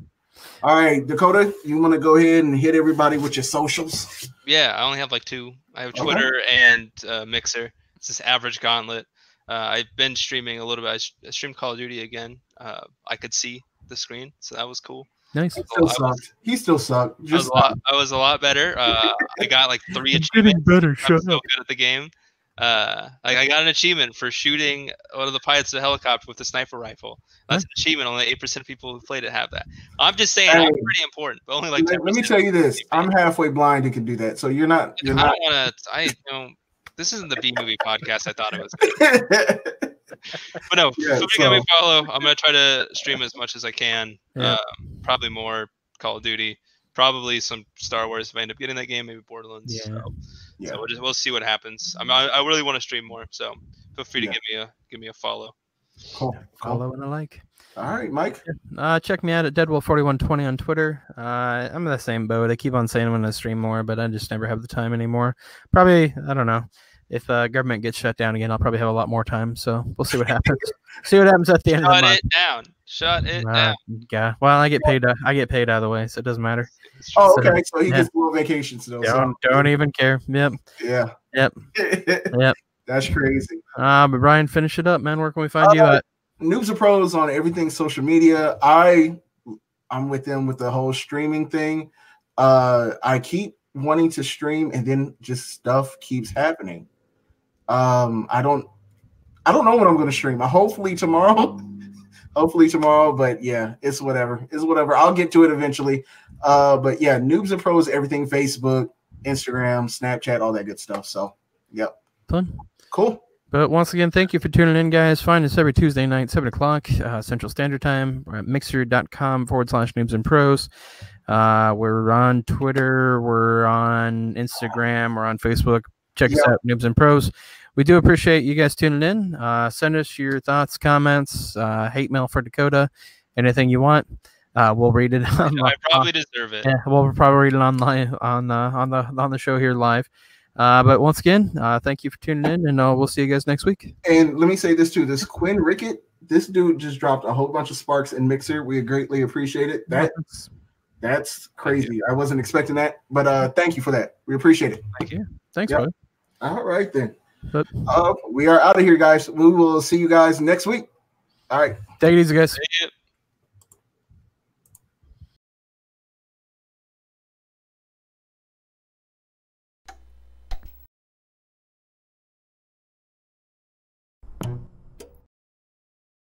S2: All right, Dakota, you want to go ahead and hit everybody with your socials?
S3: Yeah, I only have like two. I have
S2: Okay.
S3: Twitter and uh, Mixer. It's this average gauntlet. Uh, I've been streaming a little bit. I, sh- I streamed Call of Duty again. Uh, I could see the screen, so that was cool.
S1: Nice.
S2: He still
S3: I was-
S2: sucked. He still sucked.
S3: I was
S2: Just
S3: a lot. I was a lot better. Uh, I got like three achievements.
S1: better.
S3: I'm so good at the game. Uh, like I got an achievement for shooting one of the pilots of a helicopter with a sniper rifle. That's an achievement. Only eight percent of people who played it have that. I'm just saying,
S2: Hey.
S3: I'm pretty important, but only like.
S2: let, let me
S3: 10%
S2: tell you this:
S3: people.
S2: I'm halfway blind and can do that. So you're not. You're
S3: I
S2: not.
S3: don't want to. I don't. This isn't the B movie podcast I thought it was. But no,
S2: Yeah,
S3: so give
S2: so-
S3: me a follow. I'm gonna try to stream as much as I can.
S1: Yeah.
S3: Um, probably more Call of Duty. Probably some Star Wars if I end up getting that game. Maybe Borderlands.
S1: Yeah.
S3: So,
S2: Yeah.
S3: so we'll just we'll see what happens. I'm, I I really want to stream more. So feel free to
S2: Yeah.
S3: give me a give me a follow.
S2: Cool, cool.
S1: Follow and I like.
S2: All right, Mike.
S1: Uh, check me out at Deadwolf4120 on Twitter. Uh, I'm in the same boat. I keep on saying I'm going to stream more, but I just never have the time anymore. Probably, I don't know. If uh, government gets shut down again, I'll probably have a lot more time. So we'll see what happens. see what happens at the end of the
S3: Shut
S1: month.
S3: it down. Shut it
S1: Uh,
S3: down.
S1: yeah. Well, I get paid. Uh, I get paid out of the way, so it doesn't matter.
S2: Oh,
S1: So,
S2: okay. So he
S1: yeah.
S2: gets full vacation still.
S1: Don't, don't even care. Yep.
S2: So, yeah.
S1: Yep. Yep.
S2: That's crazy.
S1: Uh, but Brian, finish it up, man. Where can we find you
S2: Uh,
S1: at?
S2: Noobs are pros on everything social media. I I'm with them with the whole streaming thing. Uh, I keep wanting to stream, and then just stuff keeps happening. Um, I don't, I don't know when I'm going to stream. I hopefully tomorrow. hopefully tomorrow. But yeah, it's whatever. It's whatever. I'll get to it eventually. Uh, but yeah, noobs and pros, everything Facebook, Instagram, Snapchat, all that good stuff. So, yep.
S1: Fun.
S2: Cool.
S1: But once again, thank you for tuning in, guys. Find us every Tuesday night, 7 o'clock uh, Central Standard Time, at mixer.com forward slash noobs and pros. Uh, we're on Twitter, we're on Instagram, we're on Facebook. Check us
S2: Yep.
S1: out, noobs and pros. We do appreciate you guys tuning in. Uh, send us your thoughts, comments, uh, hate mail for Dakota, anything you want. Uh, we'll read it. on
S3: I
S1: the-
S3: probably deserve it.
S1: yeah, well, we'll probably read it online on uh, on the on the show here live. Uh, but once again, uh, thank you for tuning in, and uh, we'll see you guys next week.
S2: And let me say this too: this Quinn Rickett, this dude just dropped a whole bunch of sparks in Mixer. We greatly appreciate it. That that's crazy. I wasn't expecting that, but uh, thank you for that. We appreciate it.
S1: Thank you. Thanks,
S2: Yep.
S1: bud.
S2: All right then.
S1: But-
S2: Uh, we are out of here, guys. We will see you guys next week. All right.
S1: Take it easy, guys.
S3: Take it.